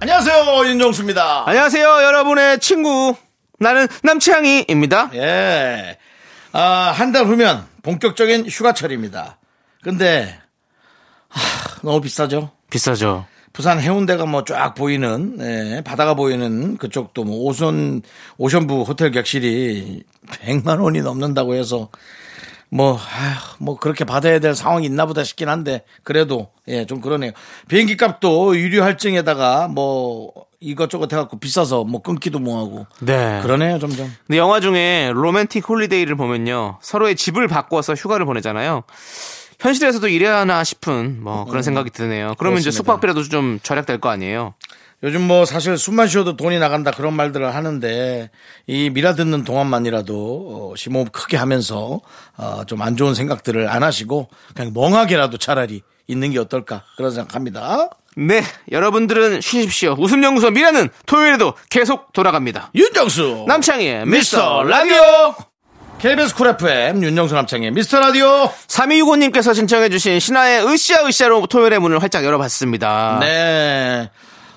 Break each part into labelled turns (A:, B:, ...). A: 안녕하세요 윤정수입니다
B: 안녕하세요, 여러분의 친구. 나는 남치향이입니다.
A: 예. 아, 한 달 후면 본격적인 휴가철입니다. 근데, 하, 너무 비싸죠?
B: 비싸죠.
A: 부산 해운대가 뭐 쫙 보이는, 예, 바다가 보이는 그쪽도 뭐 오션, 오션부 호텔 객실이 100만 원이 넘는다고 해서 뭐, 아휴, 뭐 그렇게 받아야 될 상황이 있나 보다 싶긴 한데, 그래도, 예, 좀 그러네요. 비행기 값도 유류 할증에다가 뭐 이것저것 해갖고 비싸서 뭐 끊기도 뭐하고.
B: 네.
A: 그러네요, 점점.
B: 근데 영화 중에 로맨틱 홀리데이를 보면요. 서로의 집을 바꿔서 휴가를 보내잖아요. 현실에서도 이래야 하나 싶은 뭐 그런 생각이 드네요. 그러면
A: 음.
B: 이제
A: 그렇습니다.
B: 숙박비라도 좀 절약될 거 아니에요?
A: 요즘 뭐 사실 숨만 쉬어도 돈이 나간다 그런 말들을 하는데 이 미라 듣는 동안만이라도 어, 심호흡 크게 하면서 어, 좀 안 좋은 생각들을 안 하시고 그냥 멍하게라도 차라리 있는 게 어떨까 그런 생각합니다.
B: 네. 여러분들은 쉬십시오. 웃음연구소 미래는 토요일에도 계속 돌아갑니다.
A: 윤정수
B: 남창희의
A: 미스터
B: 미스터
A: 라디오 KBS 쿨 FM 윤정수 남창의 미스터 라디오
B: 3265님께서 신청해주신 신화의 으쌰으쌰로 토요일의 문을 활짝 열어봤습니다.
A: 네.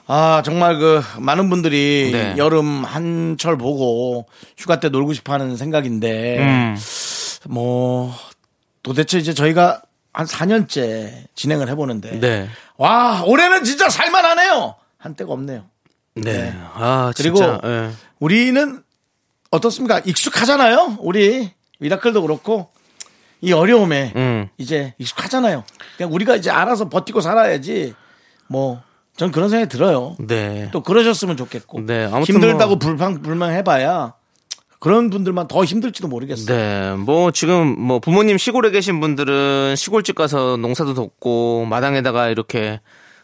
A: 아, 정말 그 많은 분들이
B: 네.
A: 여름 한철 보고 휴가 때 놀고 싶어 하는 생각인데
B: 음.
A: 뭐 도대체 이제 저희가 한 4년째 진행을 해 보는데
B: 네.
A: 와, 올해는 진짜 살만 하네요. 한때가 없네요. 네.
B: 네. 아,
A: 그리고
B: 진짜. 예.
A: 우리는 어떻습니까? 익숙하잖아요. 우리 미라클도 그렇고 이 어려움에
B: 음.
A: 이제 익숙하잖아요. 그냥 우리가 이제 알아서 버티고 살아야지. 뭐 전 그런 생각이 들어요.
B: 네.
A: 또 그러셨으면 좋겠고
B: 네, 아무튼
A: 힘들다고
B: 뭐-
A: 불평 불만 해봐야 그런 분들만 더 힘들지도 모르겠어요.
B: 네, 뭐 지금 뭐 부모님 시골에 계신 분들은 시골집 가서 농사도 돕고 마당에다가 이렇게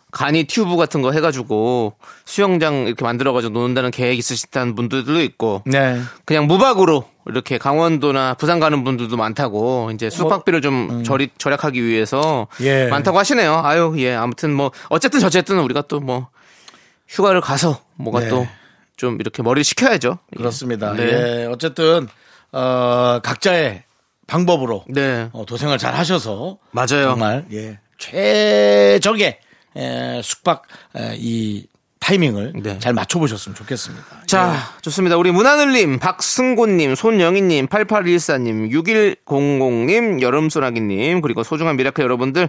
B: 간이 튜브 같은 거 해가지고 수영장 이렇게 만들어가지고 노는다는 계획 있으시다는 분들도 있고
A: 네.
B: 그냥 무박으로 이렇게 강원도나 부산 가는 분들도 많다고 이제 숙박비를 좀 절이, 절약하기 위해서
A: 어, 음. 예.
B: 많다고 하시네요. 아유, 예. 아무튼 뭐 어쨌든 저쨌든 우리가 또 뭐 휴가를 가서 뭐가
A: 네.
B: 또 좀 이렇게 머리를 식혀야죠. 예.
A: 그렇습니다.
B: 네.
A: 예, 어쨌든 어, 각자의 방법으로
B: 네.
A: 어, 도생을 잘 하셔서
B: 맞아요.
A: 정말 예, 최적의 에, 숙박 에, 이 타이밍을
B: 네.
A: 잘 맞춰보셨으면 좋겠습니다.
B: 자, 좋습니다. 우리 문하늘님, 박승곤님, 손영희님, 8814님, 6100님, 여름소나기님, 그리고 소중한 미라클 여러분들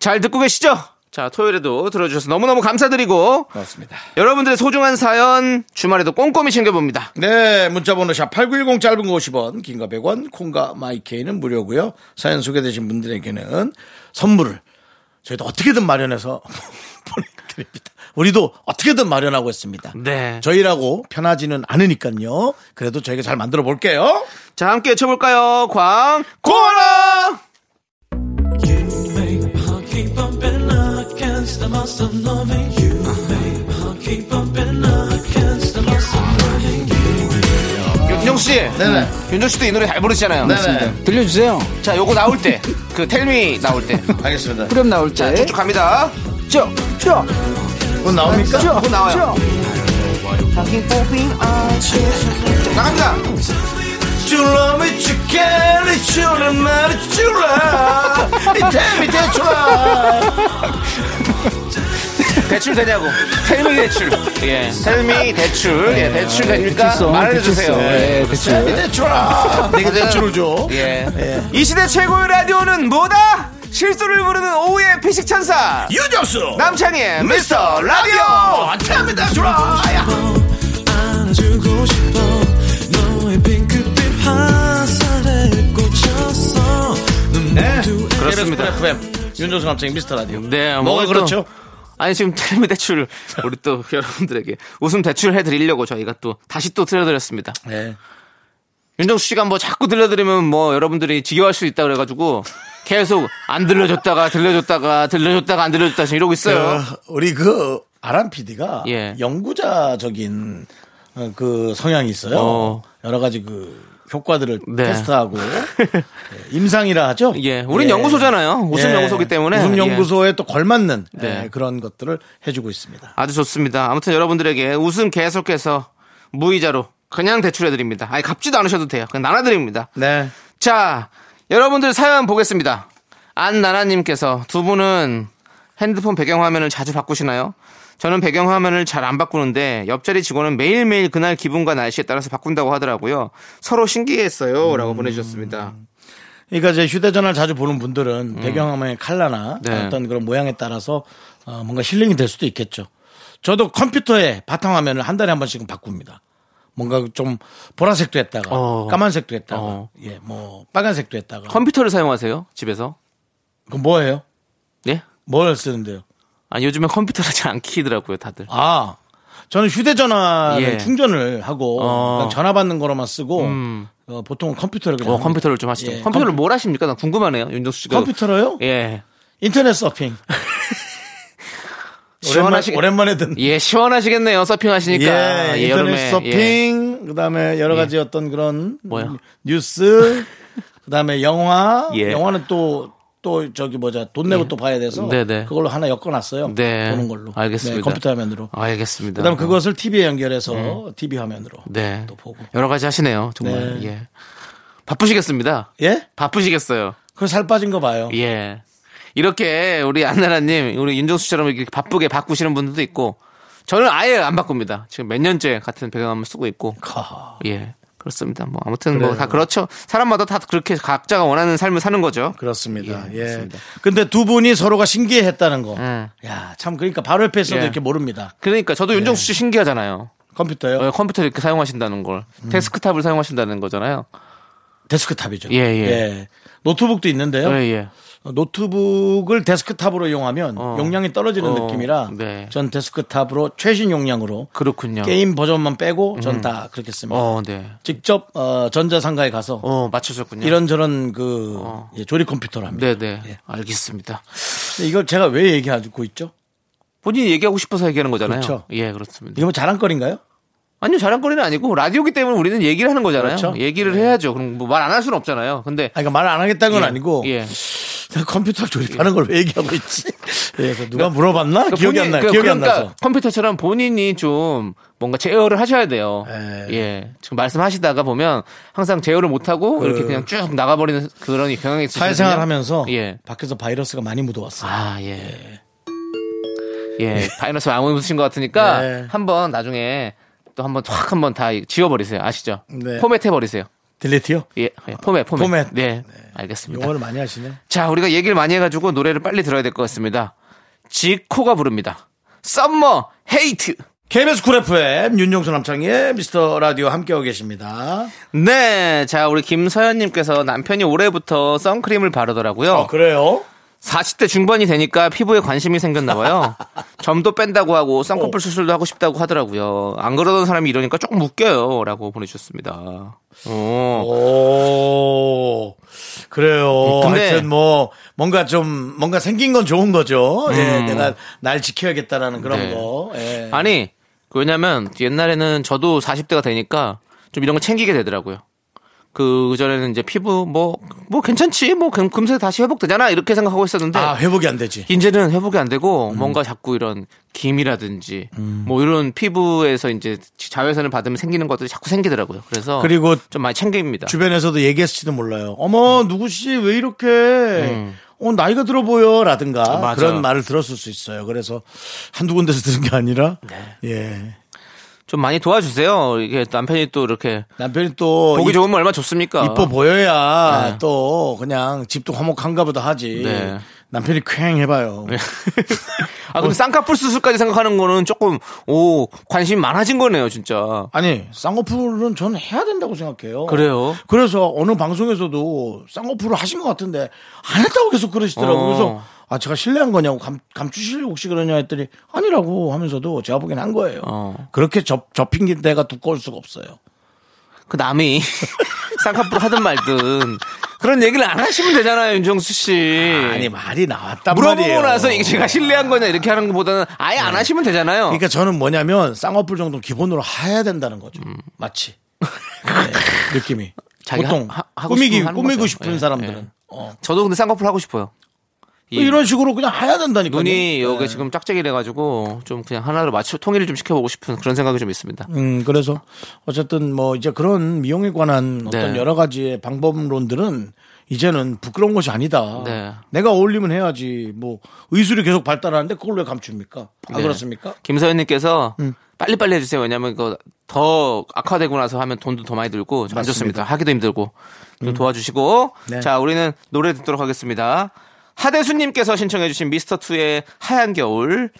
B: 잘 듣고 계시죠? 자, 토요일에도 들어주셔서 너무너무 감사드리고,
A: 그렇습니다.
B: 여러분들의 소중한 사연 주말에도 꼼꼼히 챙겨봅니다.
A: 네, 문자번호 샵8910 짧은 거 50원, 긴 거 100원, 콩과 마이케이는 무료고요 사연 소개되신 분들에게는 선물을 저희도 어떻게든 마련해서 보내드립니다. 우리도 어떻게든 마련하고 있습니다.
B: 네.
A: 저희라고 편하지는 않으니까요. 그래도 저희가 잘 만들어 볼게요.
B: 자, 함께 외쳐볼까요? 광, 고라! 윤정씨,
A: 네네.
B: 윤정씨도 이 노래 잘 부르시잖아요.
A: 네네.
C: 들려주세요.
B: 자, 요거 나올 때, 그 텔미 나올 때.
A: 알겠습니다.
C: 그럼 나올 때.
B: 쭉쭉 갑니다.
C: 쭉, 쭉,
A: 네. 곧 나옵니까?
C: 쭉,
B: 곧 나와요.
C: 쭉.
B: 나갑니다.
A: 줄라미 축캐리 줄라 마리 줄라 이태미 대출라
B: 대출 되냐고. 텔미 대출. 예. 텔미 대출. 예. 대출 됩니까?
C: 대출성,
B: 말해주세요.
C: 대출성.
B: 예.
C: 예, 대출.
A: 이태미 대출라 내가 대출을 줘.
B: 그렇죠. 예. 이 시대 최고의 라디오는 뭐다? 실수를 부르는 오후의 피식 천사.
A: 유정수
B: 남창희의 미스터 라디오.
A: 라디오 태미 대출라
D: 안아주고 싶어 너의 핑크빛 화살에 꽂혔어 눈
A: 네
D: 모두에
B: 그렇습니다.
A: KBS 쿨 FM 윤정수 남창 미스터 라디오
B: 네,
A: 뭐가
B: 또-
A: 그렇죠?
B: 아니 지금 텔미 대출 우리 또 여러분들에게 웃음 대출해 드리려고 저희가 또 다시 또 들려드렸습니다.
A: 네.
B: 윤정수 씨가 뭐 자꾸 들려드리면 뭐 여러분들이 지겨워할 수 있다 그래가지고
A: 네.
B: 계속 안 들려줬다가 들려줬다가 들려줬다가 안 들려줬다 지금 이러고 있어요.
A: 그, 우리 그 아람 PD가
B: 예.
A: 연구자적인 어, 그 성향이 있어요.
B: 어.
A: 여러 가지 그 효과들을
B: 네.
A: 테스트하고 예, 임상이라 하죠. 예.
B: 예, 우린 연구소잖아요. 웃음 연구소기 때문에. 예.
A: 웃음 연구소에 또 걸맞는
B: 네.
A: 예, 그런 것들을 해주고 있습니다.
B: 아주 좋습니다. 아무튼 여러분들에게 웃음 계속해서 무이자로 그냥 대출해드립니다. 아니, 갚지도 않으셔도 돼요. 그냥 나눠드립니다.
A: 네.
B: 자, 여러분들 사연 보겠습니다. 안나나님께서 두 분은 핸드폰 배경화면을 자주 바꾸시나요? 저는 배경화면을 잘 안 바꾸는데 옆자리 직원은 매일매일 그날 기분과 날씨에 따라서 바꾼다고 하더라고요. 서로 신기했어요. 라고 보내주셨습니다.
A: 그러니까 이제 휴대전화를 자주 보는 분들은 배경화면의 컬러나
B: 음. 네.
A: 어떤 그런 모양에 따라서 어, 뭔가 힐링이 될 수도 있겠죠. 저도 컴퓨터의 바탕화면을 한 달에 한 번씩은 바꿉니다. 뭔가 좀 보라색도 했다가
B: 어.
A: 까만색도 했다가
B: 어.
A: 예, 뭐 빨간색도 했다가
B: 컴퓨터를 사용하세요? 집에서?
A: 그럼 뭐예요?
B: 예?
A: 뭘 쓰는데요?
B: 아니, 요즘에 컴퓨터를 잘 안 키더라고요, 다들.
A: 아 저는 휴대전화를
B: 예.
A: 충전을 하고
B: 어.
A: 그냥 전화 받는 거로만 쓰고
B: 음.
A: 어, 보통은 컴퓨터를 그냥
B: 어,
A: 합니다.
B: 컴퓨터를 좀 하시죠.
A: 예,
B: 컴퓨터를 뭘 하십니까? 난 궁금하네요, 윤정수 씨가.
A: 컴퓨터로요?
B: 예.
A: 인터넷 서핑 오랜만,
B: 시원하시겠-
A: 오랜만에 듣는
B: 예, 시원하시겠네요, 서핑하시니까.
A: 예, 인터넷
B: 그러니까, 여름에. 예.
A: 서핑, 그다음에 여러 가지 어떤 그런
B: 뭐요?
A: 뉴스, 그다음에 영화,
B: 예.
A: 영화는 또. 또 저기 뭐자 돈 내고 또 봐야 돼서
B: 네네.
A: 그걸로 하나 엮어놨어요.
B: 네.
A: 보는 걸로.
B: 알겠습니다. 아,
A: 네, 컴퓨터 화면으로.
B: 알겠습니다.
A: 그다음 에 그것을 TV에 연결해서 TV 화면으로.
B: 음. 네.
A: 또 보고.
B: 여러 가지 하시네요, 정말.
A: 네.
B: 예. 바쁘시겠습니다.
A: 예?
B: 바쁘시겠어요.
A: 그 살 빠진 거 봐요.
B: 예. 이렇게 우리 안나라님, 우리 윤정수 씨처럼 이렇게 바쁘게 바꾸시는 분들도 있고, 저는 아예 안 바꿉니다. 지금 몇 년째 같은 배경화면 쓰고 있고,
A: 하,
B: 예. 그렇습니다. 뭐 아무튼 뭐 다 그렇죠. 사람마다 다 그렇게 각자가 원하는 삶을 사는 거죠.
A: 그렇습니다.
B: 예,
A: 예.
B: 그렇습니다.
A: 근데 두 분이 서로가 신기해했다는 거.
B: 음.
A: 야, 참 그러니까 바로 옆에 있어도
B: 예.
A: 이렇게 모릅니다.
B: 그러니까
A: 네.
B: 저도 윤정수 씨 신기하잖아요.
A: 컴퓨터요.
B: 어, 컴퓨터를 이렇게 사용하신다는 걸
A: 음.
B: 데스크탑을 사용하신다는 거잖아요.
A: 데스크탑이죠.
B: 예, 예.
A: 노트북도 있는데요. 어,
B: 예, 예.
A: 노트북을 데스크탑으로 이용하면
B: 어.
A: 용량이 떨어지는
B: 어,
A: 느낌이라
B: 네.
A: 전 데스크탑으로 최신 용량으로
B: 그렇군요. 음.
A: 게임 버전만 빼고 전 다 그렇게 씁니다.
B: 어, 네.
A: 직접 어, 전자상가에 가서
B: 어, 맞춰졌군요.
A: 이런저런 그 예, 조립 컴퓨터로 합니다.
B: 네, 네.
A: 예.
B: 알겠습니다.
A: 근데 이걸 제가 왜 얘기하고 있죠?
B: 본인이 얘기하고 싶어서 얘기하는 거잖아요.
A: 그렇죠.
B: 예, 그렇습니다.
A: 이거 뭐 자랑거리인가요?
B: 아니요, 자랑거리는 아니고 라디오기 때문에 우리는 얘기를 하는 거잖아요.
A: 그렇죠.
B: 얘기를 해야죠. 그럼 뭐 말 안 할 수는 없잖아요. 근데
A: 아, 그러니까 말 안 하겠다는 건 아니고
B: 예.
A: 내가 컴퓨터 조립하는 걸 왜 얘기하고 있지? 예, 그래서 누가 물어봤나?
B: 그러니까
A: 기억이 안 나.
B: 본인-
A: 기억이
B: 그러니까
A: 안 나서.
B: 컴퓨터처럼 본인이 좀 뭔가 제어를 하셔야 돼요.
A: 예.
B: 예. 지금 말씀하시다가 보면 항상 제어를 못 하고 이렇게 그냥 쭉 나가버리는 그런 경향이 있으시거든요.
A: 사회생활 하면서
B: 예.
A: 밖에서 바이러스가 많이 묻어왔어요.
B: 아, 예. 예. 바이러스 아무 무신 것 같으니까
A: 네.
B: 한번 나중에 또 한번 확 한번 다 지워버리세요. 아시죠?
A: 네.
B: 포맷해 버리세요.
A: 딜리트요?
B: 예, 예, 포맷, 포맷.
A: 포맷.
B: 네, 알겠습니다.
A: 용어를 많이 하시네.
B: 자, 우리가 얘기를 많이 해가지고 노래를 빨리 들어야 될 것 같습니다. 지코가 부릅니다. 썸머 헤이트.
A: KBS 쿨 FM 윤종수 남창희의 미스터 라디오 함께하고 계십니다.
B: 네, 자, 우리 김서연님께서 남편이 올해부터 선크림을 바르더라고요.
A: 아, 그래요?
B: 40대 중반이 되니까 피부에 관심이 생겼나 봐요. 점도 뺀다고 하고 쌍꺼풀 수술도 하고 싶다고 하더라고요. 안 그러던 사람이 이러니까 조금 웃겨요라고 보내주셨습니다. 어.
A: 오, 그래요.
B: 근데-
A: 하여튼 뭐, 뭔가 좀, 뭔가 생긴 건 좋은 거죠. 예, 내가 날 지켜야겠다라는 그런
B: 네.
A: 거. 예.
B: 아니 그 왜냐면 옛날에는 저도 40대가 되니까 좀 이런 걸 챙기게 되더라고요. 그 전에는 이제 피부 뭐 뭐 괜찮지 뭐 금, 금세 다시 회복되잖아 이렇게 생각하고 있었는데
A: 아, 회복이 안 되지.
B: 이제는 회복이 안 되고
A: 음.
B: 뭔가 자꾸 이런 김이라든지 뭐 이런 피부에서 이제 자외선을 받으면 생기는 것들이 자꾸 생기더라고요. 그래서
A: 그리고
B: 좀 많이 챙깁니다.
A: 아. 주변에서도 얘기했을지도 몰라요. 어머, 누구씨 왜 이렇게, 어, 나이가 들어 보여. 라든가
B: 음. 맞아요.
A: 그런 말을 들었을 수 있어요. 그래서 한두 군데서 들은 게 아니라,
B: 네.
A: 예.
B: 좀 많이 도와주세요. 이게 남편이 또 이렇게
A: 남편이 또
B: 보기
A: 어, 이-
B: 좋으면 얼마 나 좋습니까?
A: 이뻐 보여야
B: 네.
A: 또 그냥 집도 화목한가 보다 하지.
B: 네.
A: 남편이 쾌행 해봐요.
B: 아 근데 쌍꺼풀 수술까지 생각하는 거는 조금 오 관심 이 많아진 거네요, 진짜.
A: 아니, 쌍꺼풀은 저는 해야 된다고 생각해요.
B: 그래요?
A: 그래서 어느 방송에서도 쌍꺼풀을 하신 것 같은데 안 했다고 계속 그러시더라고요.
B: 어.
A: 그래서 아, 제가 실례한 거냐고 감, 감추시려고 혹시 그러냐 했더니 아니라고 하면서도 제가 보기엔 한 거예요.
B: 어.
A: 그렇게 접, 접힌 데가 두꺼울 수가 없어요.
B: 그 남이 쌍꺼풀 하든 말든 그런 얘기를 안 하시면 되잖아요, 윤정수 씨.
A: 아니 말이 나왔단
B: 예. 물어보고
A: 말이에요.
B: 나서 이게 제가 신뢰한 거냐 이렇게 하는 것보다는 아예 안 하시면 되잖아요.
A: 그러니까 저는 뭐냐면 쌍꺼풀 정도 기본으로 해야 된다는 거죠. 마치 네, 느낌이
B: 음. 자기
A: 보통
B: 하- 하- 하고
A: 꾸미기
B: 싶으면 하는
A: 꾸미고
B: 거죠.
A: 싶은
B: 예,
A: 사람들은
B: 예.
A: 어.
B: 저도 근데 쌍꺼풀 하고 싶어요. 이
A: 이런 식으로 그냥 해야 네. 된다니까.
B: 눈이 여기 지금 짝짝이 돼가지고 좀 그냥 하나로 맞춰 통일을 좀 시켜보고 싶은 그런 생각이 좀 있습니다.
A: 음, 그래서 어쨌든 뭐 이제 그런 미용에 관한 어떤
B: 네.
A: 여러 가지의 방법론들은 이제는 부끄러운 것이 아니다.
B: 네.
A: 내가 어울리면 해야지. 뭐 의술이 계속 발달하는데 그걸 왜 감춥니까? 안
B: 네.
A: 그렇습니까?
B: 김서연님께서 빨리빨리 해주세요. 왜냐면 이거 더 악화되고 나서 하면 돈도 더 많이 들고 안 좋습니다. 음. 하기도 힘들고 좀 도와주시고
A: 네.
B: 자 우리는 노래 듣도록 하겠습니다. 하대수님께서 신청해주신 미스터 투의 하얀 겨울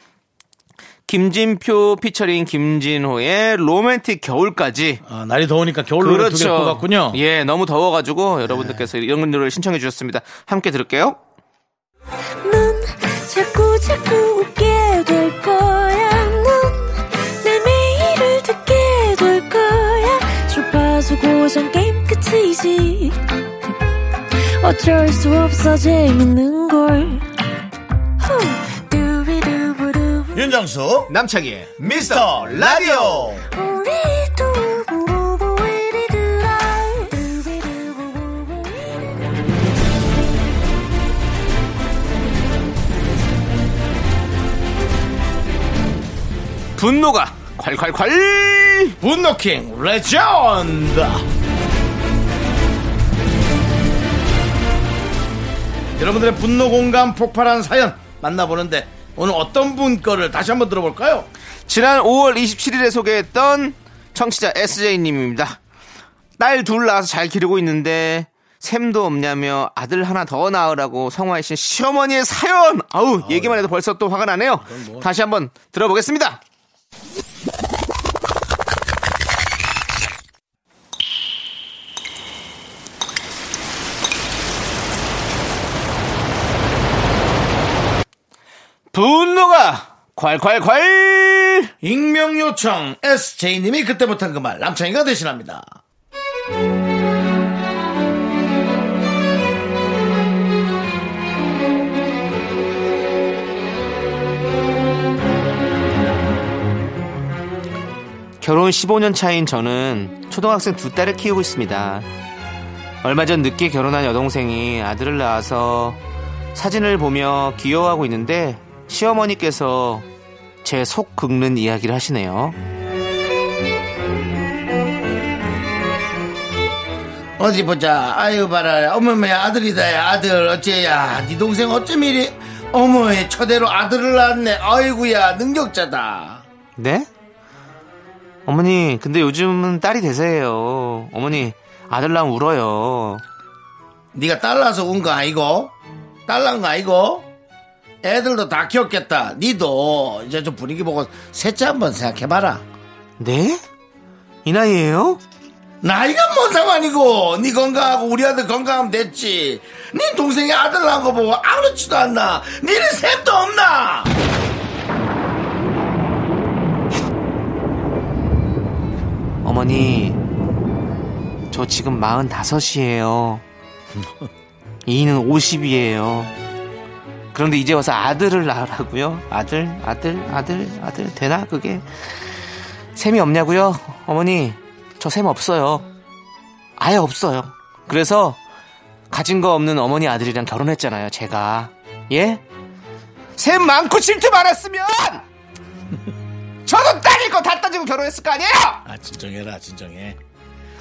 B: 김진표 피처링 김진호의 로맨틱 겨울까지
A: 아, 날이 더우니까 겨울로 그렇죠. 두개 뽑았군요. 네.
B: 예, 너무 더워가지고 여러분들께서 이런 노래를 신청해 주셨습니다. 함께 들을게요.
C: 넌 자꾸 자꾸 웃게 될 거야. 넌내 매일을 듣게 될 거야. 주파수 고정 게임 끝이지. 어쩔 수 없어 재밌는 걸. 후. 두비두부두.
A: 윤정수
B: 남창희의
A: 미스터 라디오.
C: 우리 두부부부 우리 두라. 두비두부부부 우리 두라.
B: 분노가 콸콸콸!
A: 분노킹 레전드. 여러분들의 분노 공감 폭발한 사연 만나보는데 오늘 어떤 분 거를 다시 한번 들어볼까요?
B: 지난 5월 27일에 소개했던 청취자 SJ님입니다. 딸 둘 낳아서 잘 기르고 있는데 샘도 없냐며 아들 하나 더 낳으라고 성화이신 시어머니의 사연! 아우,
A: 네.
B: 얘기만 해도 벌써 또 화가 나네요.
A: 뭐.
B: 다시 한번 들어보겠습니다. 분노가 콸콸콸!
A: 익명 요청 SJ님이 그때 못한 그 말 남창이가 대신합니다.
B: 결혼 15년 차인 저는 초등학생 두 딸을 키우고 있습니다. 얼마 전 늦게 결혼한 여동생이 아들을 낳아서 사진을 보며 귀여워하고 있는데 시어머니께서 제 속 긁는 이야기를 하시네요.
A: 어디 보자. 아유 봐라. 어머머야 아들이다야 아들 어째야. 네 동생 어쩜 이리 어머의 초대로 아들을 낳았네. 아이구야 능력자다.
B: 네? 음. 어머니, 근데 요즘은 딸이 대세예요. 어머니, 아들 낳으면 울어요.
A: 네가 딸라서 운 거 아니고 딸난 거 아니고 애들도 다 키웠겠다. 니도 이제 좀 분위기 보고 셋째 한번 생각해봐라.
B: 네? 이 나이에요?
A: 나이가 뭔 상관이고 네 건강하고 우리 아들 건강하면 됐지 네 동생이 아들 낳은 거 보고 아무렇지도 않나 니는 셈도 없나
B: 어머니, 저 지금 45이에요. 이는 50이에요. 그런데 이제 와서 아들을 낳으라고요? 아들, 아들, 아들, 아들 되나 그게? 셈이 없냐고요? 어머니, 저 셈 없어요. 아예 없어요. 그래서 가진 거 없는 어머니 아들이랑 결혼했잖아요, 제가. 예? 셈 많고 질투 많았으면 저도 따질 거 다 따지고 결혼했을 거 아니에요?
A: 아 진정해라 진정해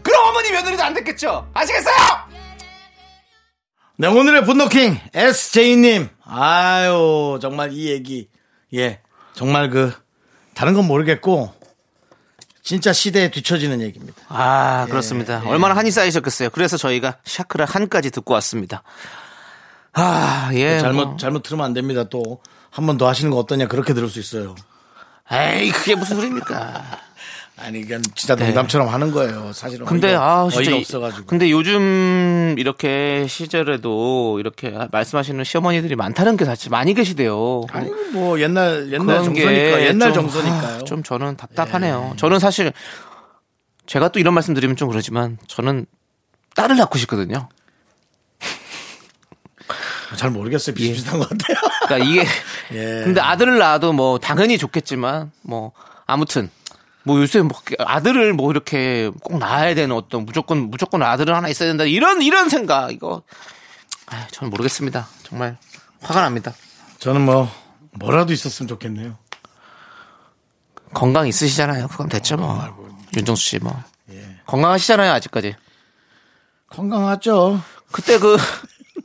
B: 그럼 어머니 며느리도 안 됐겠죠? 아시겠어요?
A: 네 오늘의 분노킹 SJ님 아유 정말 이 얘기 예 정말 그 다른 건 모르겠고 진짜 시대에 뒤처지는 얘기입니다
B: 아 그렇습니다. 얼마나 한이 쌓이셨겠어요. 그래서 저희가 샤크라 한까지 듣고 왔습니다. 아 예.
A: 그 잘못
B: 뭐.
A: 잘못 들으면 안 됩니다 또 한 번 더 하시는 거 어떠냐 그렇게 들을 수 있어요
B: 에이 그게 무슨 소리입니까?
A: 아니 이건 진짜 농담처럼 하는 거예요 사실은
B: 네. 근데
A: 어이가-
B: 아
A: 어이가
B: 진짜 이-
A: 없어가지고
B: 근데 요즘 이렇게 시절에도 이렇게 말씀하시는 시어머니들이 많다는 게 사실 많이 계시대요.
A: 아니 뭐 옛날 옛날
B: 그런
A: 정서니까
B: 게
A: 옛날
B: 좀,
A: 정서니까요. 예.
B: 아, 좀 저는 답답하네요. 저는 사실 제가 또 이런 말씀 드리면 좀 그러지만 저는 딸을 낳고 싶거든요.
A: 잘 모르겠어요. 비슷비슷한 것 같아요.
B: 그러니까 이게
A: 예.
B: 근데 아들을 낳아도 뭐 당연히 좋겠지만 뭐 아무튼 뭐 요새 뭐 아들을 뭐 이렇게 꼭 낳아야 되는 어떤 무조건 무조건 아들은 하나 있어야 된다 이런 이런 생각 이거 아, 저는 모르겠습니다. 정말 화가 납니다.
A: 저는 뭐 뭐라도 있었으면 좋겠네요.
B: 건강 있으시잖아요. 그럼 됐죠 뭐. 윤정수 씨 뭐.
A: 예.
B: 건강하시잖아요 아직까지.
A: 건강하죠.
B: 그때 그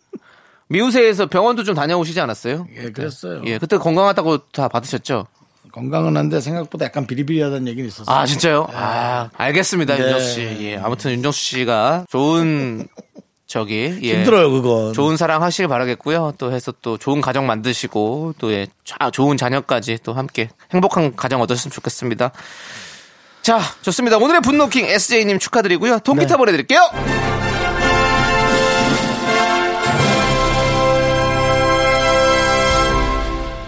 B: 미우새에서 병원도 좀 다녀오시지 않았어요?
A: 예, 그랬어요.
B: 예, 그때 건강하다고 다 받으셨죠?
A: 건강은 한데 생각보다 약간 비리비리하다는 얘기는 있었어요.
B: 아 진짜요? 아 알겠습니다
A: 네.
B: 윤정수 씨. 예, 아무튼 윤정수 씨가 좋은 저기 예,
A: 힘들어요, 그건.
B: 좋은 사랑 하시길 바라겠고요. 또 해서 또 좋은 가정 만드시고 또 예, 자- 좋은 자녀까지 또 함께 행복한 가정 얻으셨으면 좋겠습니다. 자 좋습니다. 오늘의 분노킹 SJ님 축하드리고요.
A: 네.
B: 통기타 보내드릴게요.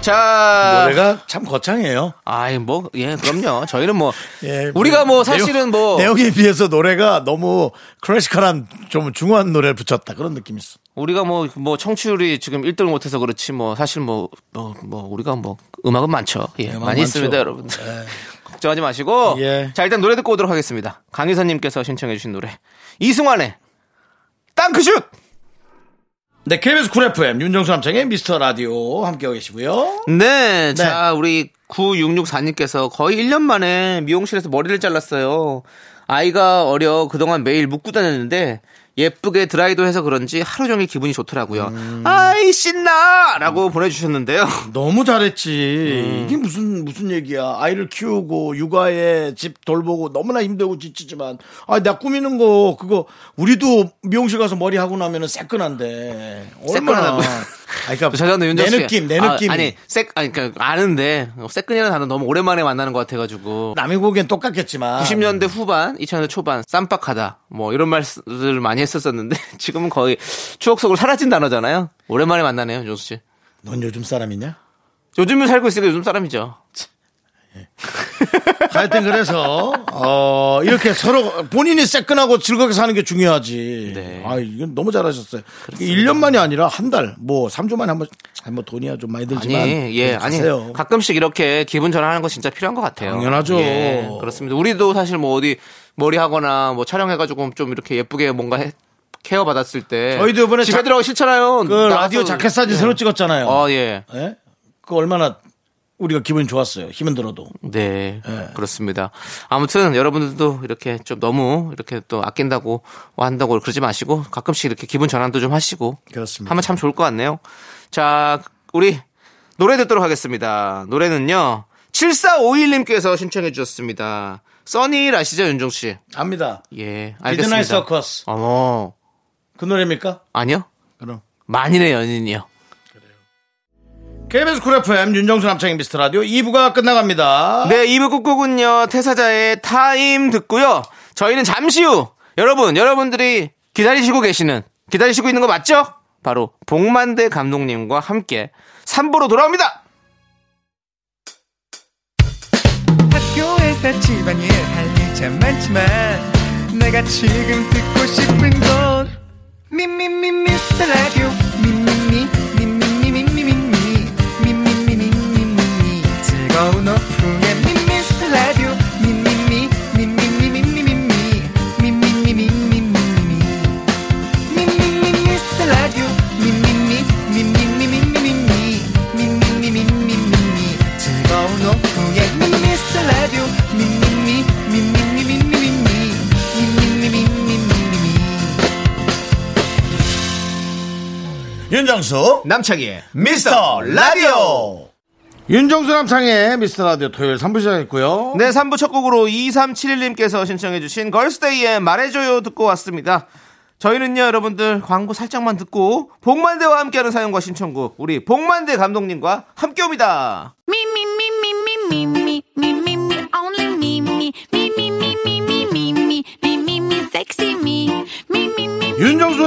B: 자
A: 노래가 참 거창해요.
B: 아이 뭐 예 그럼요 저희는 뭐
A: 예,
B: 우리가
A: 뭐,
B: 뭐 사실은
A: 내용-
B: 뭐
A: 내용에 비해서 노래가 너무 클래식한 좀 중후한 노래를 붙였다 그런 느낌이 있어.
B: 우리가 뭐 뭐 청취율이 지금 1등 못해서 그렇지 뭐 사실 뭐 뭐 뭐 우리가 뭐 음악은 많죠 예
A: 네, 음악
B: 많이
A: 많죠.
B: 있습니다 여러분들 걱정하지 마시고
A: 예.
B: 자 일단 노래 듣고 오도록 하겠습니다 강희선님께서 신청해주신 노래 이승환의 땅크슛
A: 네, KBS 쿨 FM 윤정수 남창의 미스터 라디오 함께하고 계시고요.
B: 네, 자, 우리 9664님께서 거의 1년 만에 미용실에서 머리를 잘랐어요. 아이가 어려 그동안 매일 묶고 다녔는데 예쁘게 드라이도 해서 그런지 하루 종일 기분이 좋더라고요. 아이, 신나! 라고 보내주셨는데요.
A: 너무 잘했지.
B: 음.
A: 이게 무슨 무슨 얘기야? 아이를 키우고 육아에 집 돌보고 너무나 힘들고 지치지만 아, 나 꾸미는 거 그거 우리도 미용실 가서 머리 하고 나면은 새끈한데. 얼마나.
B: 새끈하다고요?
A: 아니, 그러니까
B: 저는 윤정
A: 내
B: 씨.
A: 느낌, 내
B: 아,
A: 느낌.
B: 아니, 색, 아니, 그러니까 아는데, 세끈이라는 단어 너무 오랜만에 만나는 것 같아가지고.
A: 남이 보기엔 똑같겠지만
B: 90년대 후반, 2000년대 초반, 쌈박하다. 뭐, 이런 말들을 많이 했었었는데, 지금은 거의 추억 속으로 사라진 단어잖아요. 오랜만에 만나네요, 윤정수 씨.
A: 넌 요즘 사람이냐?
B: 요즘에 살고 있으니까 요즘 사람이죠.
A: 하여튼 그래서 어 이렇게 서로 본인이 새끈하고 즐겁게 사는 게 중요하지.
B: 네.
A: 아 이건 너무 잘하셨어요. 이게 1년만이 아니라 한 달, 뭐 3주 만에 한번 아니, 뭐 돈이야 좀 많이 들지만 네,
B: 아니, 예, 아니.
A: 가세요.
B: 가끔씩 이렇게 기분 전환하는 거 진짜 필요한 것 같아요.
A: 당연하죠.
B: 예, 그렇습니다. 우리도 사실 뭐 어디 머리 하거나 뭐 촬영해가지고 좀 이렇게 예쁘게 뭔가 해- 케어 받았을 때.
A: 저희도 이번에
B: 집에
A: 자-
B: 들어가기 싫잖아요.
A: 그 라디오 자켓 사진 새로 찍었잖아요.
B: 아, 예.
A: 예? 그 얼마나 우리가 기분이 좋았어요. 힘은 들어도.
B: 네, 그렇습니다. 아무튼 여러분들도 이렇게 좀 너무 이렇게 또 아낀다고 한다고 그러지 마시고 가끔씩 이렇게 기분 전환도 좀 하시고
A: 그렇습니다.
B: 하면 참 좋을 것 같네요. 자, 우리 노래 듣도록 하겠습니다. 노래는요. 7451님께서 신청해 주셨습니다. 써니일 아시죠, 윤종 씨?
A: 압니다.
B: 예, 알겠습니다.
A: 미드나잇 서커스.
B: 어머,
A: 그 노래입니까?
B: 아니요?
A: 그럼.
B: 만인의 연인이요.
A: KBS 쿨 FM 윤정수 남창인 미스터 라디오 2부가 끝나갑니다.
B: 네, 2부 끝곡은요, 태사자의 타임 듣고요. 저희는 잠시 후, 여러분, 여러분들이 기다리시고 계시는, 기다리시고 있는 거 맞죠? 바로, 복만대 감독님과 함께 3부로 돌아옵니다!
E: 학교에서 집안일 할 일 참 많지만 내가 지금 듣고 싶은 건 미미미 미스터 라디오 미미미 미미미 미미미 미미미 미미미 즐거운 오후에 미스터 라디오 미미미 미미미 미미미 미미미 미미미
A: 윤정수
B: 남창희의
A: 미스터 라디오 윤정수 남창의 미스터 라디오 토요일 3부 시작했고요
B: 네, 3부 첫 곡으로 2371님께서 신청해주신 걸스데이의 말해줘요 듣고 왔습니다. 저희는요, 여러분들 광고 살짝만 듣고, 복만대와 함께하는 사연과 신청곡, 우리 복만대 감독님과 함께 옵니다.
C: Me, me, me, me, me, me, me, me, me, me, only me, me, me, me, me, me, me, me, me, me, me, me, sexy me, me, me, me.
A: 윤정수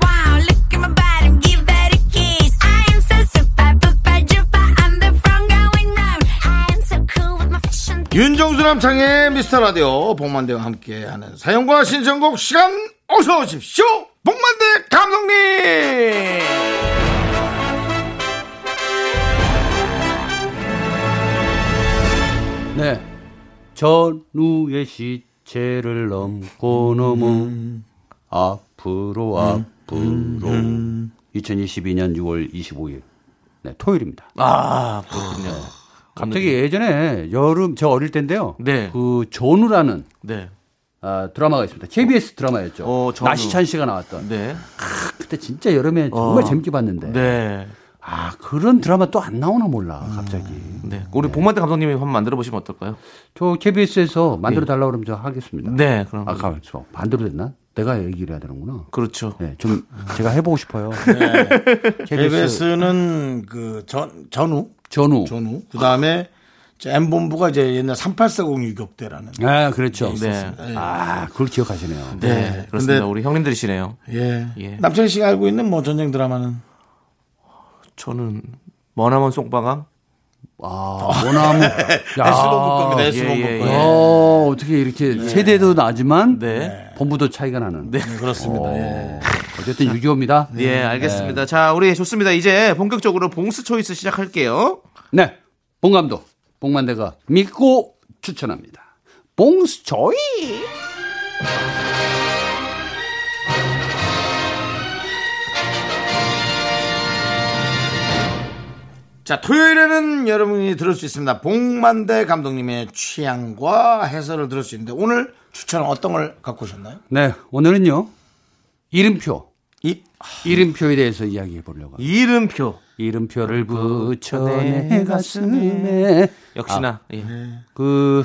C: wow, look at my body, give that a kiss. I am so super, super duper, I'm the front going round. I am so cool with my fashion.
A: 윤정수 남창의 미스터라디오 복만대와 함께하는 사연과 신청곡 시간 어서 오십시오 복만대 감독님
F: 네. 전우의 시체를 넘고 넘어 앞으로 앞으로 2022년 6월 25일 네, 토요일입니다.
B: 아 그렇군요
F: 갑자기 예전에 여름 저 어릴 때인데요.
B: 네.
F: 그 전우라는
B: 네.
F: 아, 드라마가 있습니다. KBS 드라마였죠.
B: 어, 전우.
F: 나시찬 씨가 나왔던.
B: 네. 어.
F: 그때 진짜 여름에 정말 재밌게 봤는데.
B: 네.
F: 아 그런 드라마 또 안 나오나 몰라 갑자기.
B: 네. 우리 복만대 감독님이 한번 만들어 보시면 어떨까요?
F: 저 KBS에서 만들어 달라 고 그러면 저 하겠습니다.
B: 예. 네. 그럼
F: 아, 가만 있어. 반대로 됐나? 내가 얘기를 해야 되는구나.
B: 그렇죠.
F: 네, 좀 제가 해보고 싶어요.
B: 네.
A: KBS는 그 전, 전후
F: 전우.
A: 전후 그 다음에 M본부가 이제 옛날 3840 유격대라는
F: 아, 그렇죠.
B: 네.
F: 아, 그걸 기억하시네요.
B: 네.
A: 네, 근데-
B: 그렇습니다. 우리 형님들이시네요.
A: 예.
B: 예.
A: 남창희 씨가 알고 있는 뭐 전쟁 드라마는
B: 저는 머나먼 송방함.
F: 아, 원나무.
B: 네.
A: 볼
F: 야,
A: 겁니다.
B: 예,
A: S본부
B: 예,
A: 아, 거.
B: 예.
F: 어, 어떻게 이렇게 세대도 나지만
B: 네.
F: 본부도 차이가 나는.
A: 네, 그렇습니다. 예.
F: 어쨌든 6.25입니다.
B: 예, 알겠습니다. 자, 우리 좋습니다. 이제 본격적으로 봉스 초이스 시작할게요.
F: 네, 봉감독 봉만대가 믿고 추천합니다. 봉스 조이.
A: 자, 토요일에는 여러분이 들을 수 있습니다. 봉만대 감독님의 취향과 해설을 들을 수 있는데 오늘 추천은 어떤 걸 갖고 오셨나요?
F: 네, 오늘은요 이름표
A: 이
F: 이름표에 대해서 이야기해 보려고. 합니다.
B: 이름표. 아,
F: 이름표를 붙여
B: 네,
F: 내 가슴에
B: 역시나. 예.
F: 그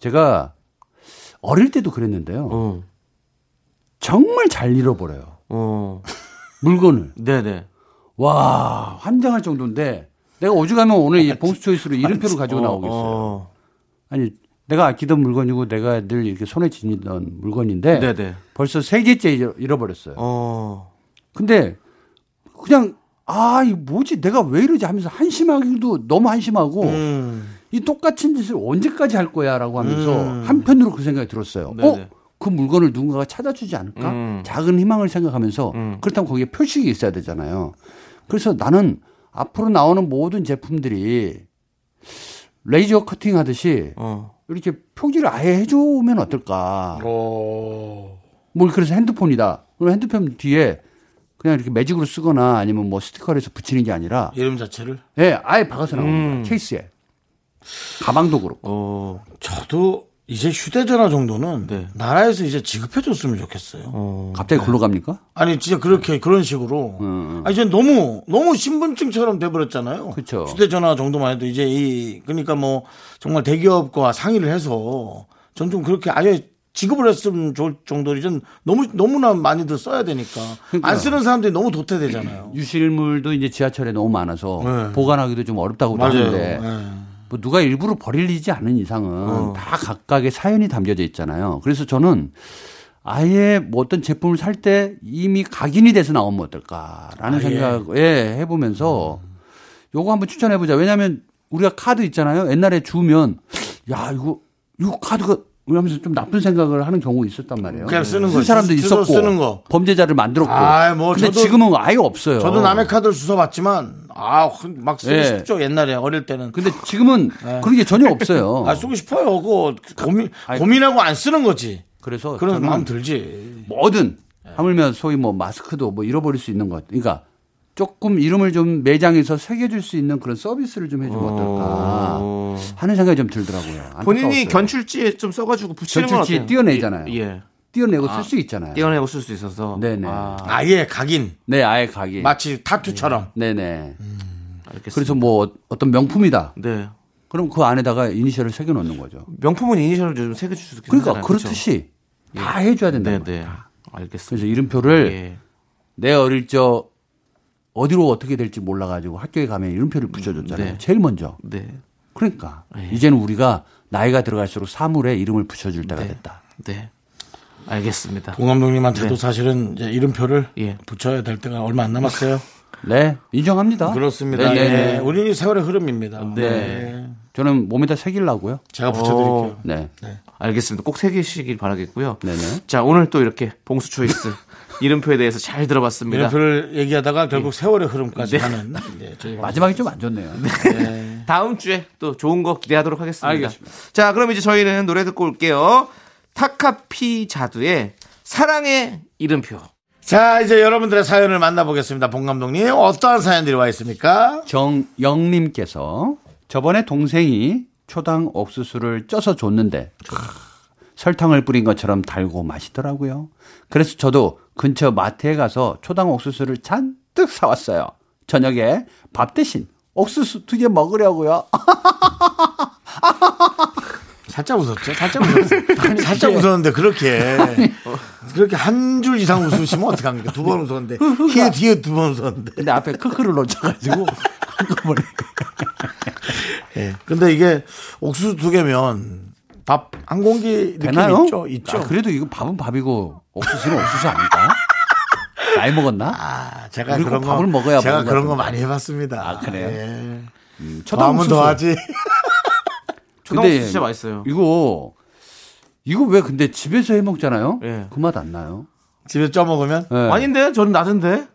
F: 제가 어릴 때도 그랬는데요.
B: 어.
F: 정말 잘 잃어버려요
B: 어.
F: 물건을.
B: 네, 네.
F: 와 환장할 정도인데 내가 오죽하면 오늘 이 봉수초이스로 이름표를 가지고 나오겠어요.
B: 아, 어.
F: 아니 내가 아끼던 물건이고 내가 늘 이렇게 손에 지니던 물건인데
B: 네네.
F: 벌써 세 개째 잃어- 잃어버렸어요.
B: 어.
F: 근데 그냥 아, 이 뭐지? 내가 왜 이러지 하면서 한심하기도 너무 한심하고
B: 음.
F: 이 똑같은 짓을 언제까지 할 거야라고 하면서 한편으로 그 생각이 들었어요.
B: 네네. 음.
F: 어? 그 물건을 누군가가 찾아주지 않을까? 작은 희망을 생각하면서 그렇다면 거기에 표식이 있어야 되잖아요. 그래서 나는 앞으로 나오는 모든 제품들이 레이저 커팅 하듯이
B: 어.
F: 이렇게 표기를 아예 해주면 어떨까? 뭐 그래서 핸드폰이다. 그럼 핸드폰 뒤에 그냥 이렇게 매직으로 쓰거나 아니면 뭐 스티커를 해서 붙이는 게 아니라
A: 이름 자체를
F: 예, 아예 박아서
A: 음.
F: 나옵니다. 케이스에. 가방도 그렇고.
B: 어.
A: 저도 이제 휴대전화 정도는
B: 네.
A: 나라에서 이제 지급해줬으면 좋겠어요.
F: 갑자기 굴러갑니까?
A: 아니 진짜 그렇게 그런
F: 음,
A: 식으로 아니 이제 너무 너무 신분증처럼 돼버렸잖아요.
F: 그쵸.
A: 휴대전화 정도만 해도 이제 이 그러니까 뭐 정말 대기업과 상의를 해서 전 좀 그렇게 아예 지급을 했으면 좋을 정도로 이제 너무 너무나 많이들 써야 되니까
F: 그러니까.
A: 안 쓰는 사람들이 너무 도태되잖아요.
F: 유실물도 이제 지하철에 너무 많아서 보관하기도 좀 어렵다고
A: 네. 맞아요.
F: 하는데
A: 예.
F: 뭐 누가 일부러 버릴리지 않은 이상은
A: 어.
F: 다 각각의 사연이 담겨져 있잖아요. 그래서 저는 아예 뭐 어떤 제품을 살 때 이미 각인이 돼서 나오면 어떨까라는 생각을 예, 해보면서 요거 한번 추천해보자. 왜냐하면 우리가 카드 있잖아요. 옛날에 주면 야 이거 이거 카드가 이러면서 좀 나쁜 생각을 하는 경우 있었단 말이에요.
A: 그냥 쓰는
F: 쓸
A: 거,
F: 사람도
A: 주워
F: 있었고
A: 쓰는 거.
F: 범죄자를 만들었고.
A: 아이, 뭐
F: 근데
A: 저도-
F: 지금은 아예 없어요.
A: 저도 남의 카드를 주워봤지만 아 막 쓰기
F: 예.
A: 싶죠 옛날에 어릴 때는.
F: 근데 지금은 그런 게 전혀 없어요.
A: 네. 아 쓰고 싶어요. 그거 고민
F: 아이.
A: 고민하고 안 쓰는 거지.
F: 그래서
A: 그런
F: 저는
A: 마음 들지.
F: 뭐든
B: 네.
F: 하물며 소위 뭐 마스크도 뭐 잃어버릴 수 있는 것. 그러니까 조금 이름을 좀 매장에서 새겨줄 수 있는 그런 서비스를 좀 해주면 어떨까 하는 생각이 좀 들더라고요. 안타까웠어요.
B: 본인이 견출지에 좀 써가지고 붙이는 건
F: 견출지에
B: 어때요?
F: 띄어내잖아요.
B: 예. 예.
F: 띄어내고 쓸 수 있잖아요.
B: 띄어내고 쓸 수 있어서.
F: 네네.
B: 아,
A: 아예 각인
F: 네, 아예 가게.
A: 마치 타투처럼.
F: 네네.
B: 음. 알겠습니다.
F: 그래서 뭐 어떤 명품이다.
B: 네.
F: 그럼 그 안에다가 이니셜을 새겨 놓는 거죠.
B: 음. 명품은 이니셜을 좀 새겨줄 수도 있잖아요.
F: 그러니까 그렇듯이 다 해줘야 된다는
B: 그렇죠.
F: 거예요.
B: 예. 네네. 아, 알겠습니다.
F: 그래서
A: 네.
F: 이름표를
B: 예.
F: 내 어릴 적 어디로 어떻게 될지 몰라가지고 학교에 가면 이름표를 붙여줬잖아요.
B: 네.
F: 제일 먼저.
B: 네.
F: 그러니까 이제는 우리가 나이가 들어갈수록 사물에 이름을 붙여줄 때가 됐다.
B: 네. 알겠습니다.
A: 공 감독님한테도 사실은 이제 이름표를
B: 예.
A: 붙여야 될 때가 얼마 안 남았어요.
F: 네, 인정합니다.
A: 그렇습니다.
B: 네, 네,
A: 예. 우리는 세월의 흐름입니다. 네.
F: 저는 몸에다 새기려고요.
A: 제가 붙여드릴게요.
F: 네,
B: 어, 알겠습니다. 꼭 새기시길 바라겠고요.
F: 네네.
B: 자, 오늘 또 이렇게 봉수 초이스 이름표에 대해서 잘 들어봤습니다.
A: 이름표를 얘기하다가 결국 세월의 흐름까지 하는 예. 네, 저희
F: 마지막이 좀 안 좋네요.
B: 다음 주에 또 좋은 거 기대하도록 하겠습니다.
F: 알겠습니다.
B: 자, 그럼 이제 저희는 노래 듣고 올게요. 타카피 자두의 사랑의 이름표.
A: 자, 이제 여러분들의 사연을 만나보겠습니다. 봉 감독님, 어떠한 사연들이 와 있습니까?
F: 정영님께서 저번에 동생이 초당 옥수수를 쪄서 줬는데 크, 설탕을 뿌린 것처럼 달고 맛있더라고요. 그래서 저도 근처 마트에 가서 초당 옥수수를 잔뜩 사왔어요. 저녁에 밥 대신 옥수수 두 개 먹으려고요.
A: 살짝 웃었죠? 살짝 웃었어요. 어. 살짝 웃었는데, 그렇게. 그렇게 한 줄 이상 웃으시면 어떡합니까? 두 번 웃었는데. 뒤에, 뒤에 두 번 웃었는데.
F: 근데 앞에 크크를 놓쳐가지고 한꺼번에
A: 예. 근데 이게 옥수수 두 개면 밥 한 공기 느낌
F: 되나요?
A: 있죠? 있죠.
F: 아, 그래도 이거 밥은 밥이고 옥수수는 옥수수 아닌가? 나이 먹었나?
A: 아, 제가
F: 그리고
A: 그런 거
F: 밥을 먹어야
A: 제가
F: 먹는 것
A: 그런 거
F: 같은데.
A: 많이 해봤습니다.
F: 아, 그래요?
A: 예.
F: 초당
A: 마음은
F: 옥수수.
A: 더하지.
B: 초당 옥수수 진짜 맛있어요.
F: 이거 이거 왜 근데 집에서 해 먹잖아요.
B: 예.
F: 그 맛 안 나요?
A: 집에 쪄 먹으면
F: 예.
B: 아닌데? 저는 나던데?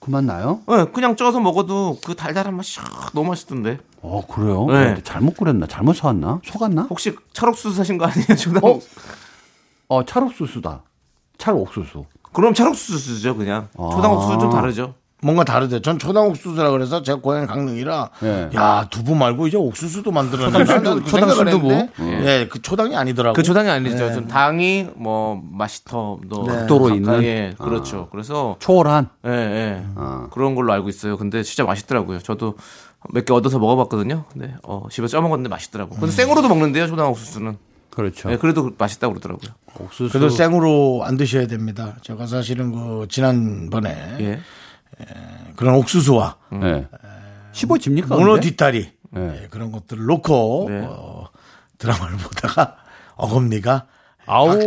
F: 그 맛 나요?
B: 예, 그냥 쪄서 먹어도 그 달달한 맛이 샥 너무 맛있던데.
F: 어 그래요?
B: 예.
F: 어, 근데 잘못 끓였나? 잘못 사왔나? 속았나?
B: 혹시 찰옥수수 사신 거 아니에요? 초당
F: 어?
B: 옥수수?
F: 어 찰옥수수다. 찰옥수수.
B: 그럼 찰옥수수죠, 그냥.
F: 아.
B: 초당 옥수수 좀 다르죠.
A: 뭔가 다르대. 전 초당 옥수수라 그래서 제가 고향이 강릉이라
F: 예.
A: 야 두부 말고 이제 옥수수도 만들었는데 초당
F: 초당 뭐? 순두부.
A: 예, 그 초당이 아니더라고.
B: 그 초당이 아니죠. 좀 당이 뭐 맛이 더
F: 네. 각도로 아. 있는?
B: 예, 그렇죠. 그래서
F: 초월한.
B: 예, 예.
F: 아.
B: 그런 걸로 알고 있어요. 근데 진짜 맛있더라고요. 저도 몇 개 얻어서 먹어봤거든요. 근데 어, 집에 쪄 먹었는데 맛있더라고.
F: 음.
B: 근데 생으로도 먹는데요, 초당 옥수수는.
F: 그렇죠.
B: 예, 그래도 맛있다 고 그러더라고요.
F: 옥수수.
A: 그래도 생으로 안 드셔야 됩니다. 제가 사실은 그 지난번에
B: 예.
A: 그런 옥수수와
B: 음.
F: 예. 씹어집니까?
A: 문어
F: 근데?
A: 뒷다리
F: 네.
A: 예, 그런 것들을 놓고
B: 네.
A: 어, 드라마를 보다가 어금니가
F: 아우.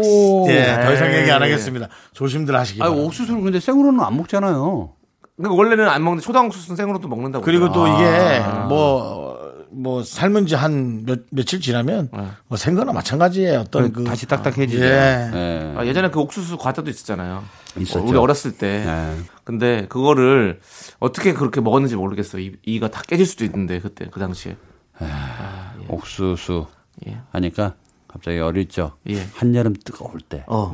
F: 네.
A: 예, 더 이상 얘기 안 하겠습니다. 조심들 하시기
F: 아
A: 바랍니다.
F: 옥수수를 근데 생으로는 안 먹잖아요.
B: 그러니까 원래는 안 먹는데 초당 옥수수는 생으로도 먹는다고.
A: 그리고
B: 그러더라고요.
A: 또 이게 뭐, 뭐 삶은 지 한 몇, 며칠 지나면 뭐 생거나 마찬가지예요. 어떤 그.
F: 네. 다시 딱딱해지죠.
A: 예.
F: 예.
B: 아, 예전에 그 옥수수 과자도 있었잖아요.
F: 있었죠.
B: 우리 어렸을 때.
F: 네.
B: 근데 그거를 어떻게 그렇게 먹었는지 모르겠어요. 이, 이가 다 깨질 수도 있는데 그때 그 당시에.
F: 옥수수
B: 예.
F: 하니까 갑자기 어릴 적
B: 예.
F: 한여름 뜨거울 때 그
B: 어.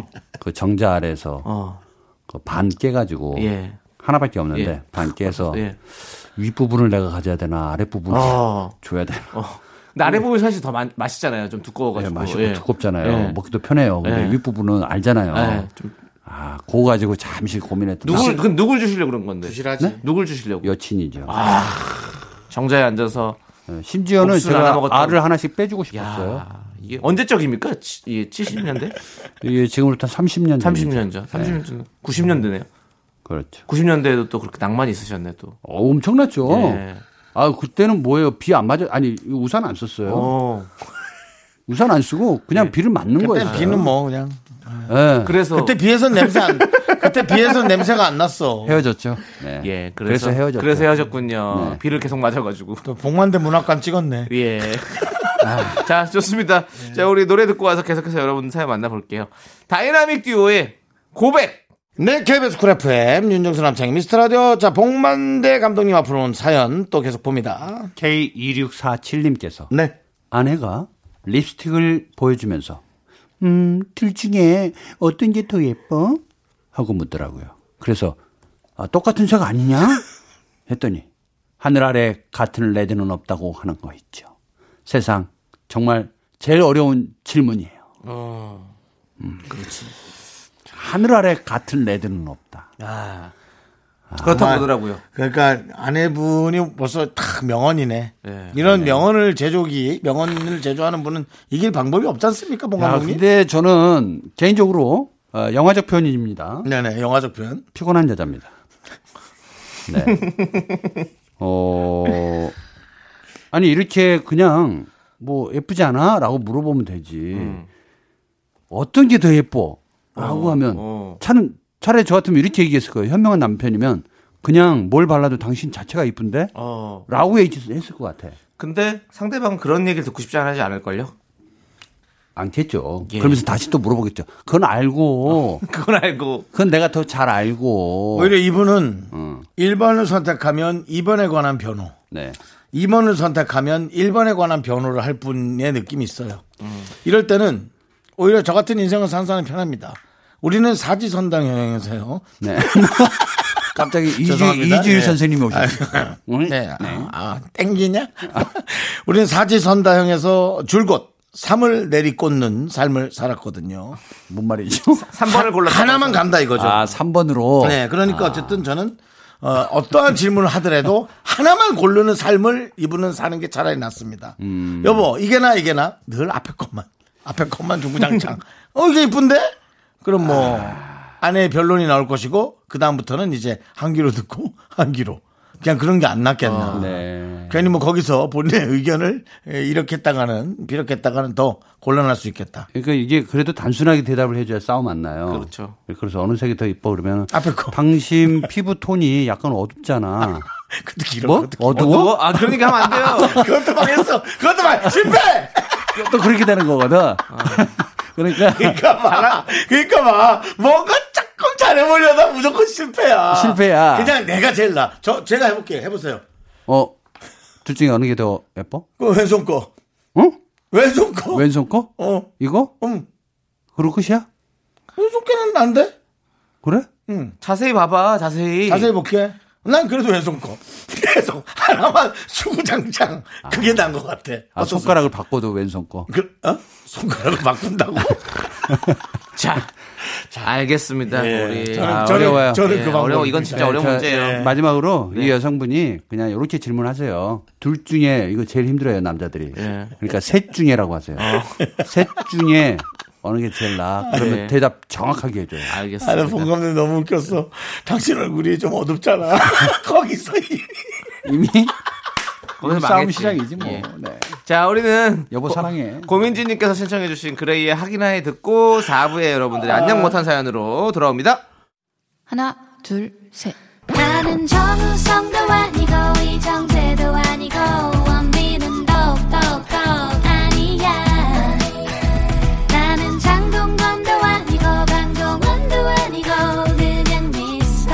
F: 정자 아래서
B: 어.
F: 그 반 깨가지고
B: 예.
F: 하나밖에 없는데
B: 예.
F: 반 깨서
B: 예.
F: 윗부분을 내가 가져야 되나 아랫부분을
B: 어.
F: 줘야 되나
B: 어. 근데 아래 부분이 사실 더 마, 맛있잖아요. 좀
F: 예,
B: 두꺼워가지고.
F: 맛있고
B: 예.
F: 두껍잖아요
B: 예.
F: 먹기도 편해요 근데
B: 예.
F: 윗부분은 알잖아요
B: 예, 좀-
F: 아 그거 가지고 잠시 고민했던
B: 누굴 그 누굴 주시려고 그런 건데?
A: 부실하지.
B: 누굴 주시려고?
F: 네? 여친이죠
B: 아, 정자에 앉아서
F: 예, 심지어는
B: 옥수수를 하나
F: 제가
B: 먹었다고.
F: 알을 하나씩 빼주고
B: 야
F: 싶었어요
B: 이게 언제적입니까? 치- 이게 70년대?
F: 이게 지금부터 30년
B: 30년 전, 30년 전, 90년대네요.
F: 그렇죠
B: 90년대에도 또 그렇게 낭만이 있으셨네 또.
F: 어, 엄청났죠
B: 예.
F: 아 그때는 뭐예요 비 안 맞아 아니 우산 안 썼어요
B: 어.
F: 우산 안 쓰고 그냥 비를 맞는 거예요.
A: 그때 비는 뭐 그냥.
F: 예.
B: 그래서
A: 그때 비에서 냄새 안, 그때 비에서 냄새가 안 났어.
F: 헤어졌죠. 네.
B: 예, 그래서,
F: 그래서 헤어졌죠.
B: 그래서 헤어졌군요.
F: 네.
B: 비를 계속 맞아가지고.
A: 또 복만대 문학관 찍었네.
B: 예. 자, 좋습니다.
G: 예.
B: 자, 우리 노래 듣고 와서 계속해서 여러분 사연 만나볼게요. 다이나믹 듀오의 고백!
A: 네, KBS 쿨 FM, 윤정수 남창희 미스터라디오. 자, 복만대 감독님 앞으로 온 사연 또 계속 봅니다.
F: K2647님께서
A: 네.
F: 아내가 립스틱을 보여주면서 음, 둘 중에 어떤 게 더 예뻐? 하고 묻더라고요. 그래서 아, 똑같은 색 아니냐? 했더니 하늘 아래 같은 레드는 없다고 하는 거 있죠. 세상 정말 제일 어려운 질문이에요. 어, 음, 그렇지. 하늘 아래 같은 레드는 없다.
B: 아,
G: 그렇다고
A: 정말.
G: 그러더라고요.
A: 그러니까 아내분이 벌써 탁 명언이네.
G: 네.
A: 이런 명언을 제조기, 명언을 제조하는 분은 이길 방법이 없지 않습니까,
F: 야,
A: 봉감독님?
F: 근데 저는 개인적으로 어, 영화적 표현입니다.
A: 네네, 영화적 표현.
F: 피곤한 여자입니다. 네. 어, 아니, 이렇게 그냥 뭐 예쁘지 않아? 라고 물어보면 되지. 어떤 게 더 예뻐? 라고 하면
G: 어.
F: 차는 차라리 저 같으면 이렇게 얘기했을 거예요. 현명한 남편이면 그냥 뭘 발라도 당신 자체가 이쁜데?
G: 어.
F: 라고 얘기- 했을 것 같아.
G: 근데 상대방은 그런 얘기를 듣고 싶지 않아하지 않을걸요?
F: 않겠죠.
G: 예.
F: 그러면서 다시 또 물어보겠죠. 그건 알고,
G: 그건 알고.
F: 그건 내가 더 잘 알고.
A: 오히려 이분은
F: 음,
A: 1번을 선택하면 2번에 관한 변호,
F: 네.
A: 2번을 선택하면 1번에 관한 변호를 할 분의 느낌이 있어요. 이럴 때는 오히려 저 같은 인생을 산 사람이 편합니다. 우리는 사지선당 형행에서요.
F: 네. 예. 갑자기 이주,
A: 죄송합니다.
F: 이주일
A: 네.
F: 선생님이 오셨어요.
A: 네. 아, 아, 땡기냐? 우리는 사지선다형에서 줄곧 삶을 내리꽂는 삶을 살았거든요.
F: 뭔 말이죠?
G: 3번을 골라.
A: 하나만 간다 이거죠.
F: 아, 3번으로.
A: 네, 그러니까 어쨌든 저는 어, 떠한 질문을 하더라도 하나만 고르는 삶을 이분은 사는 게 차라리 낫습니다. 여보, 이게 나 이게 나 늘 앞에 것만 앞에 것만 중구장창. 어 이게 이쁜데? 그럼 뭐 아내의 변론이 나올 것이고 그 다음부터는 이제 한 귀로 듣고 한 귀로 그냥 그런 게 안 낫겠나.
F: 네.
A: 괜히 뭐 거기서 본인의 의견을 에, 이렇게 했다가는 비렇게 했다가는 더 곤란할 수 있겠다.
F: 그러니까 이게 그래도 단순하게 대답을 해줘야 싸움 안 나요.
G: 그렇죠.
F: 그래서 어느 색이 더 이뻐 그러면
A: 앞에 거.
F: 당신 피부 톤이 약간 어둡잖아.
A: 그것도 길어.
F: 뭐?
A: 그것도,
F: 어두워?
G: 어? 아, 그런 얘기 하면 안 돼요.
A: 그것도 망했어. 그것도 망. 실패.
F: 또 그렇게 되는 거거든. 그러니까
A: 그러니까 봐라. 그러니까 봐. 뭔가 조금 잘해보려다 무조건 실패야.
F: 실패야.
A: 그냥 내가 제일 나. 저 제가 해볼게요. 해보세요.
F: 어, 둘 중에 어느 게 더 예뻐?
A: 그 왼손 거.
F: 응?
A: 왼손 거.
F: 왼손 거?
A: 어.
F: 이거?
A: 음.
F: 그리고 끝이야?
A: 왼손 거는 안 돼.
F: 그래?
G: 자세히 봐봐, 자세히.
A: 자세히 볼게. 난 그래도 왼손 거. 계속 하나만 수구장창 그게 난 것 같아.
F: 아,
A: 어떠세요?
F: 손가락을 바꿔도 왼손 거.
A: 그, 어? 손가락을 바꾼다고?
B: 자, 알겠습니다. 우리
A: 저는,
F: 아,
A: 저는,
F: 어려워요.
A: 저는
B: 예,
A: 그 방법.
B: 어려워. 이건 진짜 어려운
F: 네, 자,
A: 네.
B: 문제예요.
F: 마지막으로 이 여성분이 그냥 이렇게 질문하세요. 둘 중에 이거 제일 힘들어요 남자들이.
A: 네.
F: 그러니까 셋 중에라고 하세요.
A: 아.
F: 셋 중에 어느 게 제일 나? 그러면
B: 네.
F: 대답 정확하게 해줘요.
A: 아, 나
B: 알겠습니다.
A: 본감님 너무 웃겼어. 당신 얼굴이 좀 어둡잖아. 거기서. 이-
F: 이미
B: 거기서
F: 싸움
B: 망했지.
F: 시작이지 뭐.
B: 예.
F: 네.
B: 자, 우리는
F: 여보 사랑해.
B: 고민지님께서 신청해주신 그레이의 하기나에 듣고 4부에 여러분들의 안녕 못한 사연으로 돌아옵니다.
C: 하나, 둘, 셋.
H: 나는 정우성도 아니고 이정재도 아니고 원빈은 더욱더 아니야 나는 장동건도 아니고 강동원도 아니고 그냥 미스터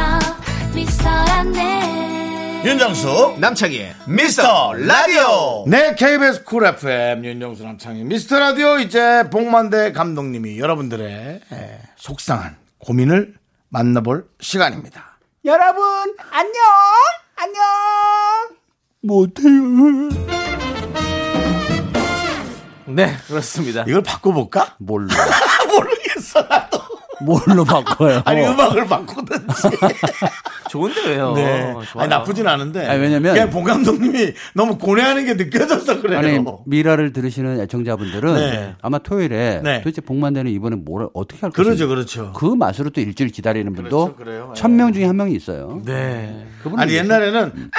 H: 미스터란데
A: 윤정수
B: 남창희의
A: 미스터 라디오 네 KBS 쿨 FM 윤정수 남창희 미스터 라디오 이제 복만대 감독님이 여러분들의 에, 속상한 고민을 만나볼 시간입니다
F: 여러분 안녕 안녕. 못해요.
B: 네, 그렇습니다.
A: 이걸 바꿔볼까? 아,
F: 뭘로
A: 모르겠어 나도
F: 뭘로 바꿔요?
A: 아니 음악을 바꾸든지
B: 좋은데 왜요?
A: 네.
B: 어, 좋아요.
A: 아니 나쁘진 않은데
F: 아니, 왜냐면-
A: 그냥 봉 감독님이 너무 고뇌하는 게 느껴져서 그래요
F: 아니 미라를 들으시는 애청자분들은
A: 네.
F: 아마 토요일에
A: 네.
F: 도대체 복만대는 이번에 뭘 어떻게 할 것인지
A: 그러죠 그렇죠
F: 그 맛으로 또 일주일 기다리는 분도
A: 그렇죠, 그래요.
F: 천 명 중에 한 명이 있어요.
B: 네.
F: 그분은
A: 아니
F: 음.
A: 옛날에는 안녕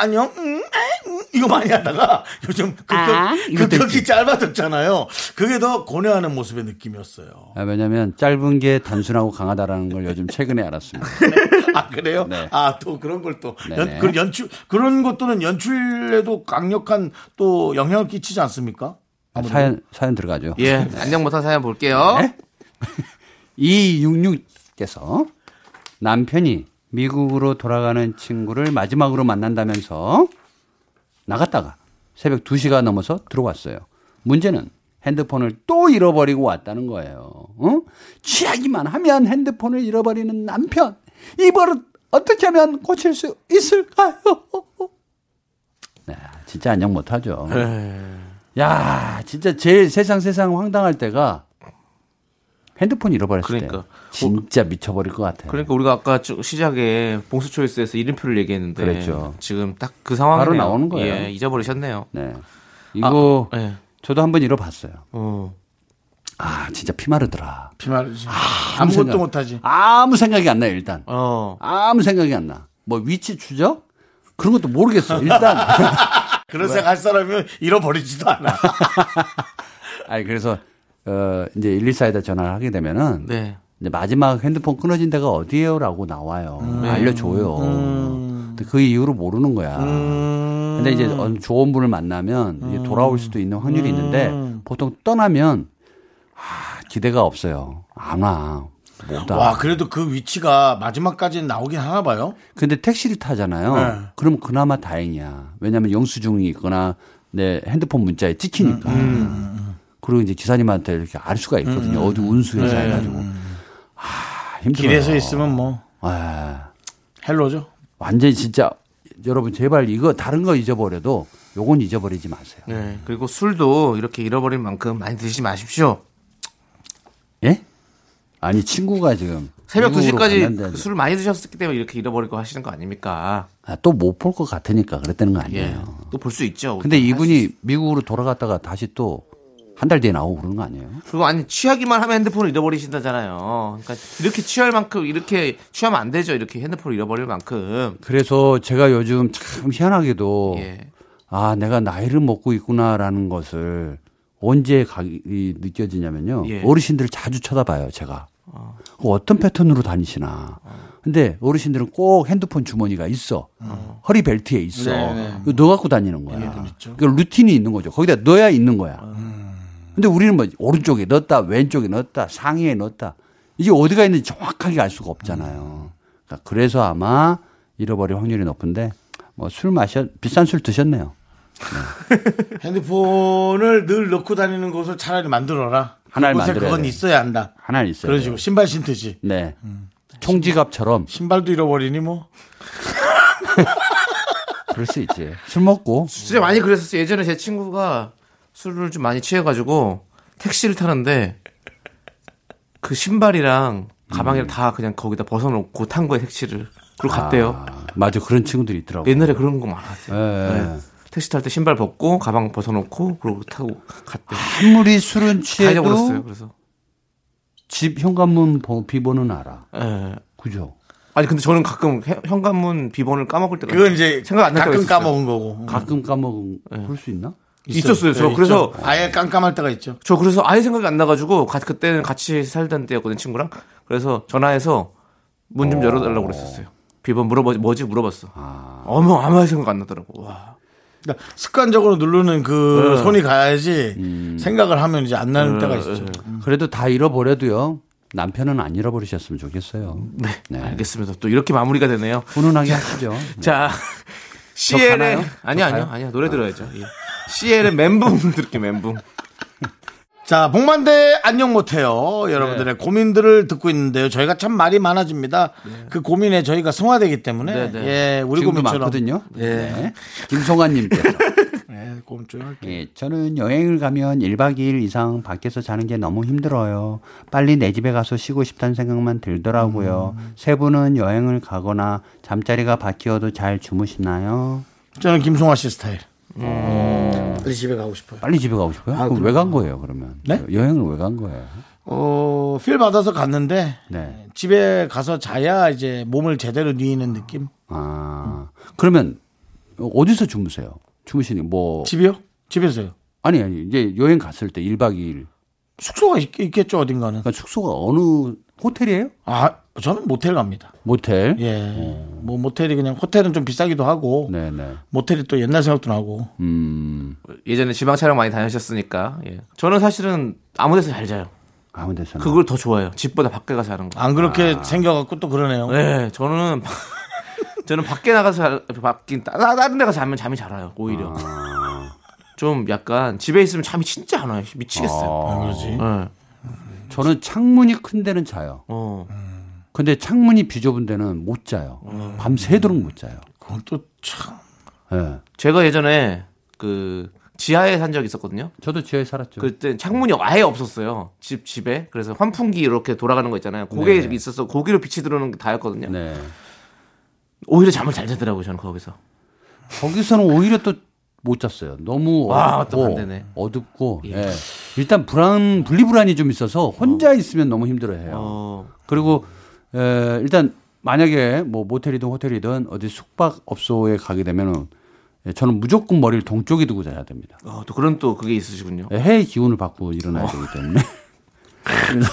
A: 안녕 음, 에, 음, 이거 많이 하다가 요즘
C: 아,
A: 그그 극이 짧아졌잖아요. 그게 더 고뇌하는 모습의 느낌이었어요.
F: 아, 왜냐면 짧은 게 단순하고 강하다라는 걸 요즘 최근에 알았습니다.
A: 아 그래요?
F: 네.
A: 아 또 그런 걸 또
F: 네네.
A: 그 연출 그런 것들은 연출에도 강력한 또 영향을 끼치지 않습니까?
F: 아, 사연 사연 들어가죠.
B: 예, 안녕 못한 사연 볼게요.
F: 네? 이육육께서 남편이 미국으로 돌아가는 친구를 마지막으로 만난다면서 나갔다가 새벽 2시가 넘어서 들어왔어요. 문제는 핸드폰을 또 잃어버리고 왔다는 거예요. 어? 취하기만 하면 핸드폰을 잃어버리는 남편. 이 버릇 어떻게 하면 고칠 수 있을까요? 네, 진짜 안녕 못하죠.
B: 네?
F: 야, 진짜 제일 세상 세상 황당할 때가 핸드폰 잃어버렸을 때
B: 그러니까.
F: 진짜 미쳐버릴 것 같아요.
B: 그러니까 우리가 아까 쭉 시작에 봉수 초이스에서 이름표를 얘기했는데
F: 그랬죠.
B: 지금 딱 그 상황이
F: 바로 나오는 거예요.
B: 예, 잊어버리셨네요.
F: 네. 이거
B: 아, 예.
F: 저도 한번 잃어봤어요.
B: 어.
F: 아 진짜 피마르더라.
A: 비말이지. 아무것도
F: 생각-
A: 못하지.
F: 아무 생각이 안 나요 일단.
B: 뭐 어.
F: 아무 생각이 안 나. 뭐 위치 추적? 그런 것도 모르겠어. 일단.
A: 그런 생각 할 사람이 잃어버리지도 않아.
F: 아니 그래서 어 이제 114에다 전화를 하게 되면은
B: 네.
F: 이제 마지막 핸드폰 끊어진 데가 어디예요라고 나와요.
A: 음.
F: 알려줘요. 근데 그 이후로 모르는 거야.
A: 음.
F: 근데 이제 어느 좋은 분을 만나면 이제 돌아올 수도 있는 확률이
A: 음.
F: 있는데 보통 떠나면 아, 기대가 없어요. 안 와. 못 와.
A: 와, 그래도 그 위치가 마지막까지는 나오긴 하나 봐요.
F: 근데 택시를 타잖아요.
A: 네.
F: 그럼 그나마 다행이야. 왜냐하면 영수증이 있거나 내 핸드폰 문자에
A: 음,
F: 찍히니까. 그리고 이제 기사님한테 이렇게 알 수가
A: 음,
F: 있거든요. 어디 운수회사 해가지고. 아, 힘들어요.
A: 네. 길에서 있으면 뭐
F: 아,
A: 헬로죠.
F: 완전히 진짜 여러분 제발 이거 다른 거 잊어버려도 요건 잊어버리지 마세요.
B: 네. 그리고 술도 이렇게 잃어버린 만큼 많이 드시지 마십시오.
F: 예? 아니 친구가 지금
B: 새벽
F: 미국으로
B: 2시까지
F: 갔는데
B: 술을 많이 드셨기 때문에 이렇게 잃어버릴 거 하시는 거 아닙니까?
F: 아, 또못 볼 것 같으니까 그랬다는 거
B: 예.
F: 아니에요.
B: 또 볼 수 있죠.
F: 근데
B: 우리가 할수
F: 이분이 미국으로 돌아갔다가 다시 또 한 달 뒤에 나오고 그러는 거 아니에요?
B: 그거 아니 취하기만 하면 핸드폰을 잃어버리신다잖아요. 그러니까 이렇게 취할 만큼 이렇게 취하면 안 되죠. 이렇게 핸드폰을 잃어버릴 만큼.
F: 그래서 제가 요즘 참 희한하게도
B: 예.
F: 아 내가 나이를 먹고 있구나라는 것을 언제 각이 느껴지냐면요
B: 예. 아.
F: 어르신들을 자주 쳐다봐요 제가 그 어떤 패턴으로 다니시나 근데 어르신들은 꼭 핸드폰 주머니가 있어
B: 아.
F: 허리 벨트에 있어
B: 네,
F: 이거 넣어 갖고 다니는 거야 그러니까 루틴이 있는 거죠 거기다 넣어야 있는 거야
B: 아.
F: 근데 우리는 뭐 오른쪽에 넣었다 왼쪽에 넣었다 상의에 넣었다 이게 어디가 있는지 정확하게 알 수가 없잖아요. 그래서 아마 잃어버릴 확률이 높은데 뭐 술 마셔 비싼 술 드셨네요.
A: 핸드폰을 늘 넣고 다니는 곳을 차라리 만들어라.
F: 하나를
A: 그곳에
F: 만들어야
A: 그건
F: 돼.
A: 있어야 한다.
B: 네,
F: 하나 있어요.
A: 그런 식으로 신발 신듯이
F: 네.
B: 음.
F: 총지갑처럼
A: 신발도 잃어버리니 뭐
F: 그럴 수 있지. 술 먹고
B: 진짜 많이 그랬었어요. 예전에 제 친구가 술을 좀 많이 취해가지고 택시를 타는데 그 신발이랑 가방이랑 다 그냥 거기다 벗어놓고 탄 거예요 택시를. 그리고 갔대요.
F: 음. 아, 맞아 그런 친구들이 있더라고.
B: 옛날에 그런 거 많았어요.
F: 예.
B: 네. 택시 탈 때 신발 벗고 가방 벗어놓고 그러고 타고 갔대요.
F: 아무리 술은
B: 다 잊어버렸어요.
F: 취해도
B: 그래서
F: 집 현관문 보- 비번은 알아.
B: 예.
F: 그죠?
B: 아니 근데 저는 가끔 현- 현관문 비번을 까먹을 때가
A: 그건 이제
B: 네. 생각 안
A: 가끔
B: 나요.
A: 까먹은 거고.
F: 가끔 까먹은
B: 네.
F: 그럴 수 있나?
B: 있었어요. 저
A: 예,
B: 그래서-
A: 있죠. 아예 깜깜할 때가 있죠.
B: 저 그래서 아예 생각이 안 나가지고 가- 그때는 같이 살던 때였거든 친구랑 그래서 전화해서 문 좀 열어달라고 그랬었어요 비번 물어보 뭐지 물어봤어 어머 아무 생각 안 나더라고 와
A: 그러니까 습관적으로 누르는 그
B: 네.
A: 손이 가야지
B: 음.
A: 생각을 하면 이제 안 나는
B: 어,
A: 때가 있죠.
F: 그래도 다 잃어버려도요. 남편은 안 잃어버리셨으면 좋겠어요. 네.
B: 알겠습니다 또 이렇게 마무리가 되네요
F: 훈훈하게 하시죠.
B: 자
F: 가나요?
B: CL의 아니
F: 저
B: 아니요
F: 가요?
B: 아니요 노래 들어야죠 예. CL의 멘붕 들을게 멘붕
A: 자, 복만대 안녕 못해요. 여러분들의
B: 네.
A: 고민들을 듣고 있는데요. 저희가 참 말이 많아집니다. 그 고민에 저희가 승화되기 때문에
B: 네, 네.
A: 예, 우리
F: 지금도
A: 고민처럼
F: 많거든요. 네. 김송환님께서
A: 예, 고민 좀 할게요.
F: 예, 저는 여행을 가면 1박 2일 이상 밖에서 자는 게 너무 힘들어요. 빨리 내 집에 가서 쉬고 싶다는 생각만 들더라고요.
A: 음.
F: 세 분은 여행을 가거나 잠자리가 바뀌어도 잘 주무시나요?
A: 저는 김송아 씨 스타일. 빨리 집에 가고 싶어요.
F: 빨리 집에 가고 싶어요? 그럼 왜 간 거예요, 그러면?
A: 아, 네?
F: 여행을 왜 간 거예요?
A: 어, 필 받아서 갔는데
F: 네.
A: 집에 가서 자야 이제 몸을 제대로 누이는 느낌.
F: 아, 그러면 어디서 주무세요? 주무시는 뭐
A: 집이요? 집에서요.
F: 아니 아니 이제 여행 갔을 때 1박 2일
A: 숙소가 있, 있겠죠 어딘가는.
F: 그러니까 숙소가 어느 호텔이에요?
A: 아, 저는 모텔 갑니다.
F: 모텔.
A: 예. 뭐 모텔이 그냥 호텔은 좀 비싸기도 하고
F: 네, 네.
A: 모텔이 또 옛날 생각도 나고.
F: 음.
B: 예전에 지방 촬영 많이 다니셨으니까 예. 저는 사실은 아무 데서 잘 자요
F: 아무 데서나.
B: 그걸 더 좋아해요 집보다 밖에 가서 자는 거
A: 안 그렇게 생겨갖고 또 아.
F: 아.
A: 그러네요.
B: 네, 저는 저는 밖에 나가서 밖인 다른 데 가서 자면 잠이 잘 와요. 오히려
F: 아.
B: 좀 약간 집에 있으면 잠이 진짜 안 와요. 미치겠어요.
A: 안 그러지.
B: 네.
F: 저는 창문이 큰 데는 자요.
B: 어.
F: 근데 창문이 비좁은 데는 못 자요.
B: 음.
F: 밤새도록 못 자요.
A: 그건 또 참.
F: 예.
B: 제가 예전에 그 지하에 산 적이 있었거든요.
F: 저도 지하에 살았죠.
B: 그때 창문이 아예 없었어요. 집 집에. 그래서 환풍기 이렇게 돌아가는 거 있잖아요. 고개
F: 네.
B: 있어서 고개로 빛이 들어오는 게 다였거든요.
F: 네.
B: 오히려 잠을 잘 자더라고요, 저는 거기서.
F: 거기서는 오히려 또 못 잤어요. 너무
B: 아, 또
F: 어둡고
B: 반대네.
F: 어둡고 예. 일단 불안 분리불안이 좀 있어서 혼자 있으면 너무 힘들어해요.
B: 어.
F: 그리고 에, 일단 만약에 뭐 모텔이든 호텔이든 어디 숙박업소에 가게 되면은 예, 저는 무조건 머리를 동쪽에 두고 자야 됩니다.
B: 어, 또 그런 또 그게 있으시군요.
F: 예, 해의 기운을 받고 일어나야 되기 때문에 그래서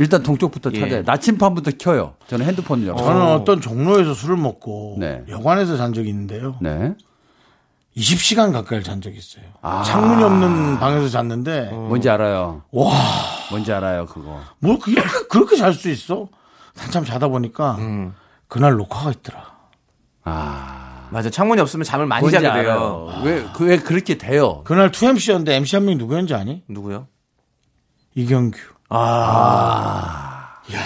F: 일단 동쪽부터 찾아요. 나침판부터 켜요. 저는 핸드폰 열어.
A: 예. 저는 어떤 종로에서 술을 먹고
F: 네.
A: 여관에서 잔 적이 있는데요.
F: 네.
A: 20시간 가까이 잔 적이 있어요. 창문이 없는 방에서 잤는데
F: 뭔지 알아요.
A: 와,
F: 뭔지 알아요 그거.
A: 뭘 그렇게 그렇게 잘 수 있어? 한참 자다 보니까 그날 녹화가 있더라.
B: 맞아. 창문이 없으면 잠을 많이
F: 네. 뭔지
B: 자게 돼요.
F: 알아요. 왜, 그, 왜 그렇게 돼요?
A: 그날 2MC였는데 MC 한 명이 누구였는지 아니?
B: 누구요?
A: 이경규. 아. 야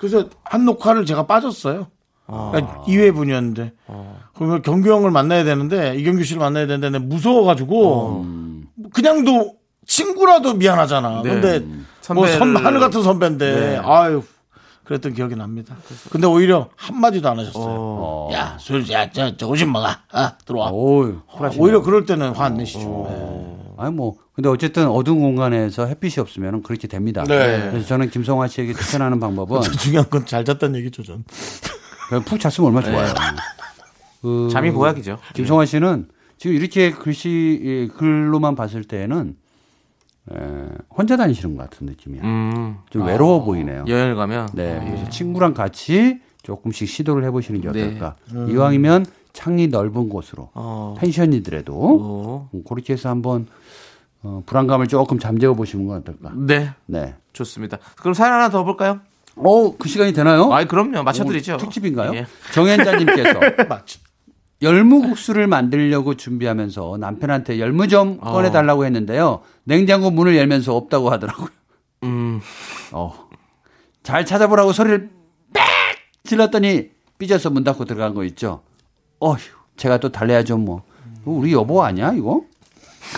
A: 그래서 한 녹화를 제가 빠졌어요. 그러니까 2회분이었는데. 그러면 경규 형을 만나야 되는데, 이경규 씨를 만나야 되는데, 내가 무서워가지고, 그냥도 친구라도 미안하잖아. 근데, 뭐
B: 선배를-
A: 선배, 하늘 같은 선배인데, 아유, 그랬던 기억이 납니다. 근데 오히려 한마디도 안 하셨어요. 야, 술, 야, 저, 저, 오줌 먹어. 아, 들어와.
F: 오유.
A: 오히려 그럴 때는 화 안 내시죠. 네.
F: 아니 뭐 근데 어쨌든 어두운 공간에서 햇빛이 없으면 그렇게 됩니다.
A: 네.
F: 그래서 저는 김성화 씨에게 추천하는 방법은
A: 더그 중요한 건 잘 잤다는 얘기죠, 전.
F: 그냥 푹 잤으면 얼마나 좋아요. 그
B: 잠이 보약이죠.
F: 김성화 씨는 지금 이렇게 글씨 예, 글로만 봤을 때는 에, 혼자 다니시는 것 같은 느낌이야.
B: 음. 예. 아.
F: 좀 외로워 보이네요.
B: 여행을 가면
F: 네. 그래서 친구랑 같이 조금씩 시도를 해보시는 게 어떨까. 이왕이면 창이 넓은 곳으로
B: 네. 어.
F: 펜션이더라도
B: 어.
F: 음, 그렇게 해서 한번 어, 불안감을 조금 잠재워 보시는 건 어떨까.
B: 네.
F: 네.
B: 좋습니다. 그럼 사연 하나 더 볼까요?
F: 어, 그 시간이 되나요?
B: 아이 그럼요. 맞춰 드리죠.
F: 오늘 특집인가요?
B: 예.
F: 정현자님께서 열무국수를 만들려고 준비하면서 남편한테 열무좀
B: 어.
F: 꺼내달라고 했는데요. 냉장고 문을 열면서 없다고 하더라고요.
B: 음.
F: 어. 잘 찾아보라고 소리를 빽 질렀더니 삐져서 문 닫고 들어간 거 있죠. 어휴, 제가 또 달래야죠 뭐. 이거 우리 여보 아니야 이거?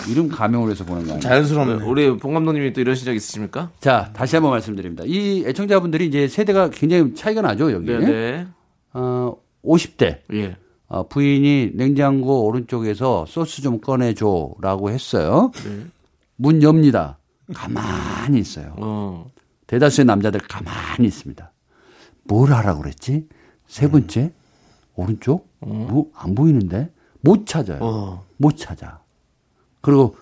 F: 이름 가명으로 해서 보는 거 아니야?
A: 자연스럽네.
B: 어, 우리 봉 감독님이 또 이러신 적 있으십니까?
F: 자, 다시 한번 말씀드립니다. 이 애청자분들이 이제 세대가 굉장히 차이가 나죠 여기.
B: 네, 네.
F: 어, 50대
B: 예.
F: 어, 부인이 냉장고 오른쪽에서 소스 좀 꺼내줘라고 했어요.
B: 네.
F: 문 엽니다. 가만히 있어요.
B: 어.
F: 대다수의 남자들 가만히 있습니다. 뭘 하라고 그랬지?
B: 네.
F: 세 번째 오른쪽 뭐 안 보이는데 못 찾아요.
B: 어.
F: 못 찾아. 그리고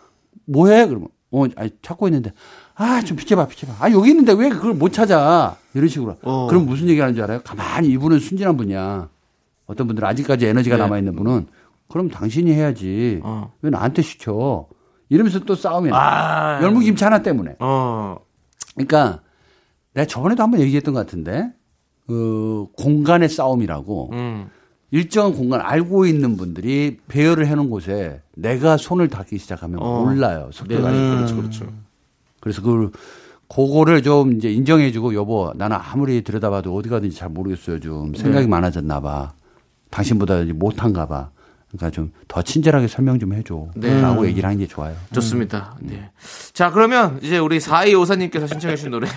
F: 뭐해? 그러면 어, 아니, 찾고 있는데 아 좀 비켜봐 비켜봐. 아 여기 있는데 왜 그걸 못 찾아? 이런 식으로.
B: 어.
F: 그럼 무슨 얘기하는 줄 알아요? 가만히 이분은 순진한 분이야. 어떤 분들은 아직까지 에너지가 남아 있는 분은 그럼 당신이 해야지.
B: 네. 어.
F: 왜 나한테 시켜? 이러면서 또 싸움이 나.
B: 아.
F: 열무김치 하나 때문에.
B: 어.
F: 그러니까 내가 저번에도 한번 얘기했던 것 같은데 그 공간의 싸움이라고
B: 음.
F: 일정한 공간 알고 있는 분들이 배열을 해놓은 곳에 내가 손을 닿기 시작하면 몰라요 속도가 어. 그렇죠 그렇죠 그래서 그 그거를 좀 이제 인정해주고 여보 나는 아무리 들여다봐도 어디 가든지 잘 모르겠어요 좀 생각이 많아졌나 봐 당신보다 이제 못한가 봐 그러니까 좀 더 친절하게 설명 좀 해줘라고 얘기를 하는 게 좋아요
B: 좋습니다. 네. 자, 그러면 이제 우리 4254님께서 신청해주신 노래,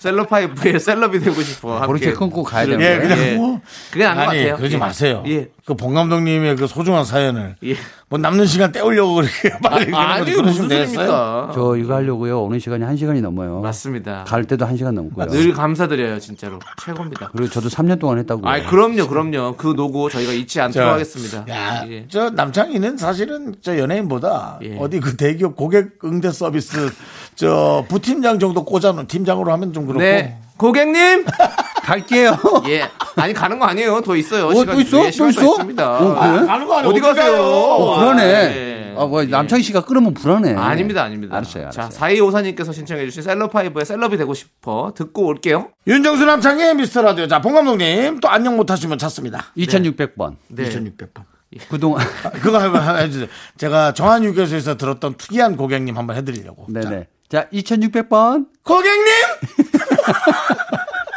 B: 셀럽파이프의 셀럽이 되고 싶어. 함께.
F: 그렇게 끊고 가야 되는
A: 예,
F: 거예요.
A: 그냥
B: 예.
A: 뭐
B: 그게 나은 것
A: 아니,
B: 같아요.
A: 그러지
B: 예.
A: 마세요.
B: 예.
A: 그 봉 감독님의 그 소중한 사연을
B: 예.
A: 뭐 남는 시간 때우려고 그렇게 빨리
B: 아, 아니요, 무슨 소리입니까?
F: 저 이거 하려고요. 오는 시간이 한 시간이 넘어요.
B: 아, 네. 맞습니다. 아,
F: 갈 때도 한 시간 넘고요.
B: 늘 감사드려요, 진짜로. 최고입니다.
F: 그리고 저도 3년 동안 했다고요.
B: 아이, 그럼요, 그럼요. 그 노고 저희가 잊지 않도록
A: 저,
B: 하겠습니다.
A: 야,
B: 예.
A: 저 남창희는 사실은 저 연예인보다
B: 예.
A: 어디 그 대기업 고객 응대 서비스 저 부팀장 정도 꽂아놓은 팀장으로 하면 좀 그렇고.
B: 네. 고객님!
F: 갈게요.
B: 예. 아니, 가는 거 아니에요. 더 있어요.
F: 어, 또 있어?
B: 예,
F: 또
B: 시간
F: 있어?
B: 있습니다.
F: 어, 그래?
A: 가는 거 아니에요?
B: 어디 가세요?
F: 어, 그러네.
B: 예.
F: 아, 뭐, 남창희 씨가 끓으면 불안해.
B: 아닙니다, 아닙니다.
F: 알았어요, 알았어요.
B: 자, 4254님께서 신청해주신 셀럽파이브의 셀럽이 되고 싶어 듣고 올게요.
A: 윤정수 남창희의 미스터 라디오. 자, 봉 감독님 또 안녕 못하시면 찾습니다.
F: 2600번.
B: 네.
A: 2600번.
F: 그동안.
A: 그거 한번 해주세요. 제가 정한 유교수에서 들었던 특이한 고객님 한번 해드리려고. 자,
F: 네네. 자, 2600번.
A: 고객님!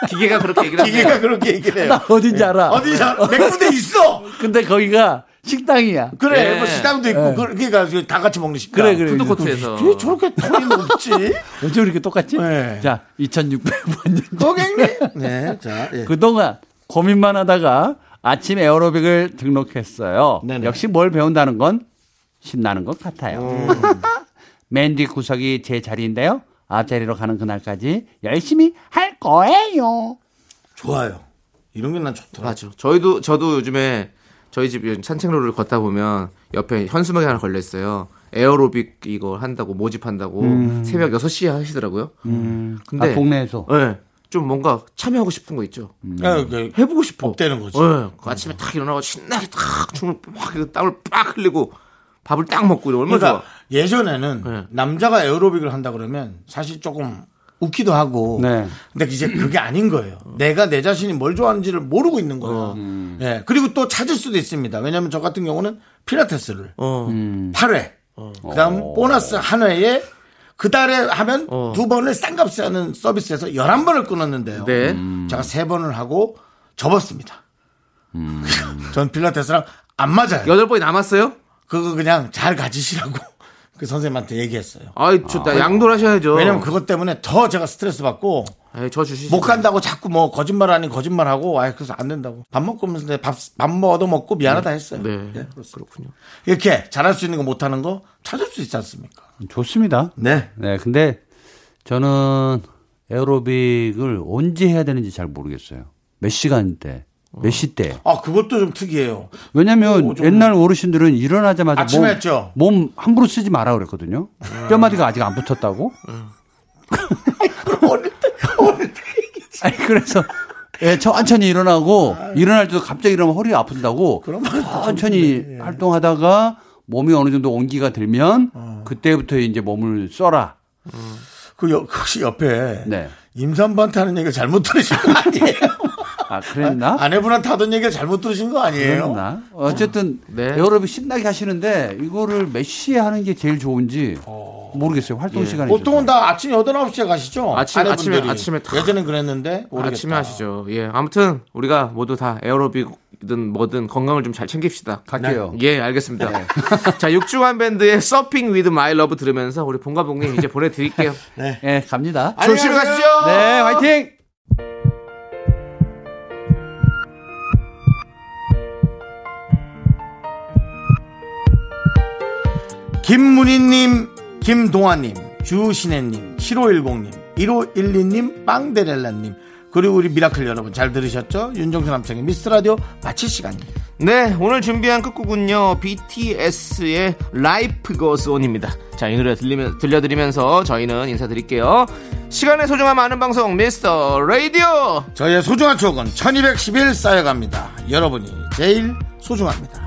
B: 기계가 그렇게 얘기를 하네요.
A: 기계가 그렇게 얘기를 해요.
B: 예.
F: 어딘지 알아.
A: 어디서 내 군대 있어.
F: 근데 거기가 식당이야.
A: 그래,
B: 예.
A: 뭐 식당도 있고, 그- 그러니까 다 같이 먹는 식당.
F: 그래, 그래.
B: 푸드코트에서
A: 왜 저렇게 돈이 높지?
F: 왜 저렇게 똑같지?
B: 예.
A: 네.
F: 자, 2600만 년.
A: 고객님? 네, 자, 예.
F: 그동안 고민만 하다가 아침 에어로빅을 등록했어요.
A: 네네.
F: 역시 뭘 배운다는 건 신나는 것 같아요. 맨 뒤 구석이 제 자리인데요. 앞자리로 가는 그날까지 열심히 할 거예요.
A: 좋아요. 이런 게 난 좋더라.
B: 맞아. 저희도 저도 요즘에 저희 집 요즘 산책로를 걷다 보면 옆에 현수막이 하나 걸려 있어요. 에어로빅 이거 한다고 모집한다고
A: 음.
B: 새벽 6시에 하시더라고요. 근데
F: 아, 동네에서.
B: 예, 좀 뭔가 참여하고 싶은 거 있죠.
A: 아, 그,
B: 해보고 싶어.
A: 업되는 거지.
B: 예, 그 아침에 딱 일어나고 신나게 딱 춤을 막 이렇게 땀을 빡 흘리고 밥을 딱 먹고 얼마나
A: 그러니까
B: 좋아.
A: 예전에는
B: 네.
A: 남자가 에어로빅을 한다 그러면 사실 조금 웃기도 하고.
F: 네.
A: 근데 이제 그게 아닌 거예요. 내가 내 자신이 뭘 좋아하는지를 모르고 있는 거예요.
B: 어. 음.
A: 예. 그리고 또 찾을 수도 있습니다. 왜냐하면 저 같은 경우는 필라테스를 음.
B: 어.
A: 8회. 그다음 보너스 한 회에 그 달에 하면
B: 어.
A: 두 번을 싼값에 하는 서비스에서 11번을 끊었는데요. 음.
B: 네.
A: 제가 세 번을 하고 접었습니다.
B: 음.
A: 전 필라테스랑 안 맞아요.
B: 여덟 번이 남았어요?
A: 그거 그냥 잘 가지시라고 그 선생님한테 얘기했어요.
B: 아이, 좋다. 양도를 하셔야죠.
A: 왜냐면 그것 때문에 더 제가 스트레스 받고
B: 아이, 저 주시죠.
A: 못 간다고 자꾸 뭐 거짓말 아닌 거짓말 하고 아 그래서 안 된다고 밥 먹고 오면서 밥밥 얻어 먹고 미안하다 했어요.
B: 네.
A: 예.
B: 그렇군요.
A: 이렇게 잘할 수 있는 거 못하는 거 찾을 수 있지 않습니까?
F: 좋습니다.
A: 네.
F: 네, 근데 저는 에어로빅을 언제 해야 되는지 잘 모르겠어요. 몇 시간대, 몇 시대.
A: 아 그것도 좀 특이해요.
F: 왜냐면
A: 오, 좀-
F: 옛날 어르신들은 일어나자마자
A: 아침에 했죠?
F: 몸, 몸 함부로 쓰지 마라 그랬거든요. 뼈마디가 아직 안 붙었다고.
A: 어릴 때 어릴 때
F: 아니, 그래서 예, 천천히 일어나고 일어날 때도 갑자기 일어나면 허리 아픈다고 천천히
A: 네.
F: 활동하다가 몸이 어느 정도 온기가 들면
A: 어.
F: 그때부터 이제 몸을 써라.
A: 그 여- 혹시 옆에
F: 네.
A: 임산부한테 하는 얘기를 잘못 들으신 거 아니에요?
F: 아, 그랬나?
A: 아내분한테 하던 얘기를 잘못 들으신 거 아니에요?
F: 그랬나? 어쨌든
B: 네.
F: 에어로빅 신나게 하시는데 이거를 몇 시에 하는 게 제일 좋은지 모르겠어요. 활동 시간이.
A: 보통은 다 아침 8, 9시에 가시죠?
B: 아침,
A: 아내분들이.
B: 아침에, 아침에 다.
A: 예전엔 그랬는데, 모르겠다.
B: 아침에 하시죠. 예. 아무튼 우리가 모두 다 에어로빅이든 뭐든 건강을 좀 잘 챙깁시다.
F: 갈게요.
B: 예, 알겠습니다. 자, 육중한 밴드의 서핑 위드 마이 러브 들으면서 우리 봉가 봉님 이제 보내 드릴게요.
F: 예, 갑니다.
B: 조심히 가시죠.
F: 네, 화이팅!
A: 김문희님, 김동아님, 주신혜님, 7510님, 1512님, 빵데렐라님, 그리고 우리 미라클 여러분 잘 들으셨죠? 윤정수 남창의 미스터라디오 마칠 시간입니다.
B: 네, 오늘 준비한 끝곡은요. BTS의 Life Goes On입니다. 자, 이 노래 들리면, 들려드리면서 저희는 인사드릴게요. 시간의 소중함 아는 방송 미스터 라디오.
A: 저희의 소중한 추억은 1211 쌓여갑니다. 여러분이 제일 소중합니다.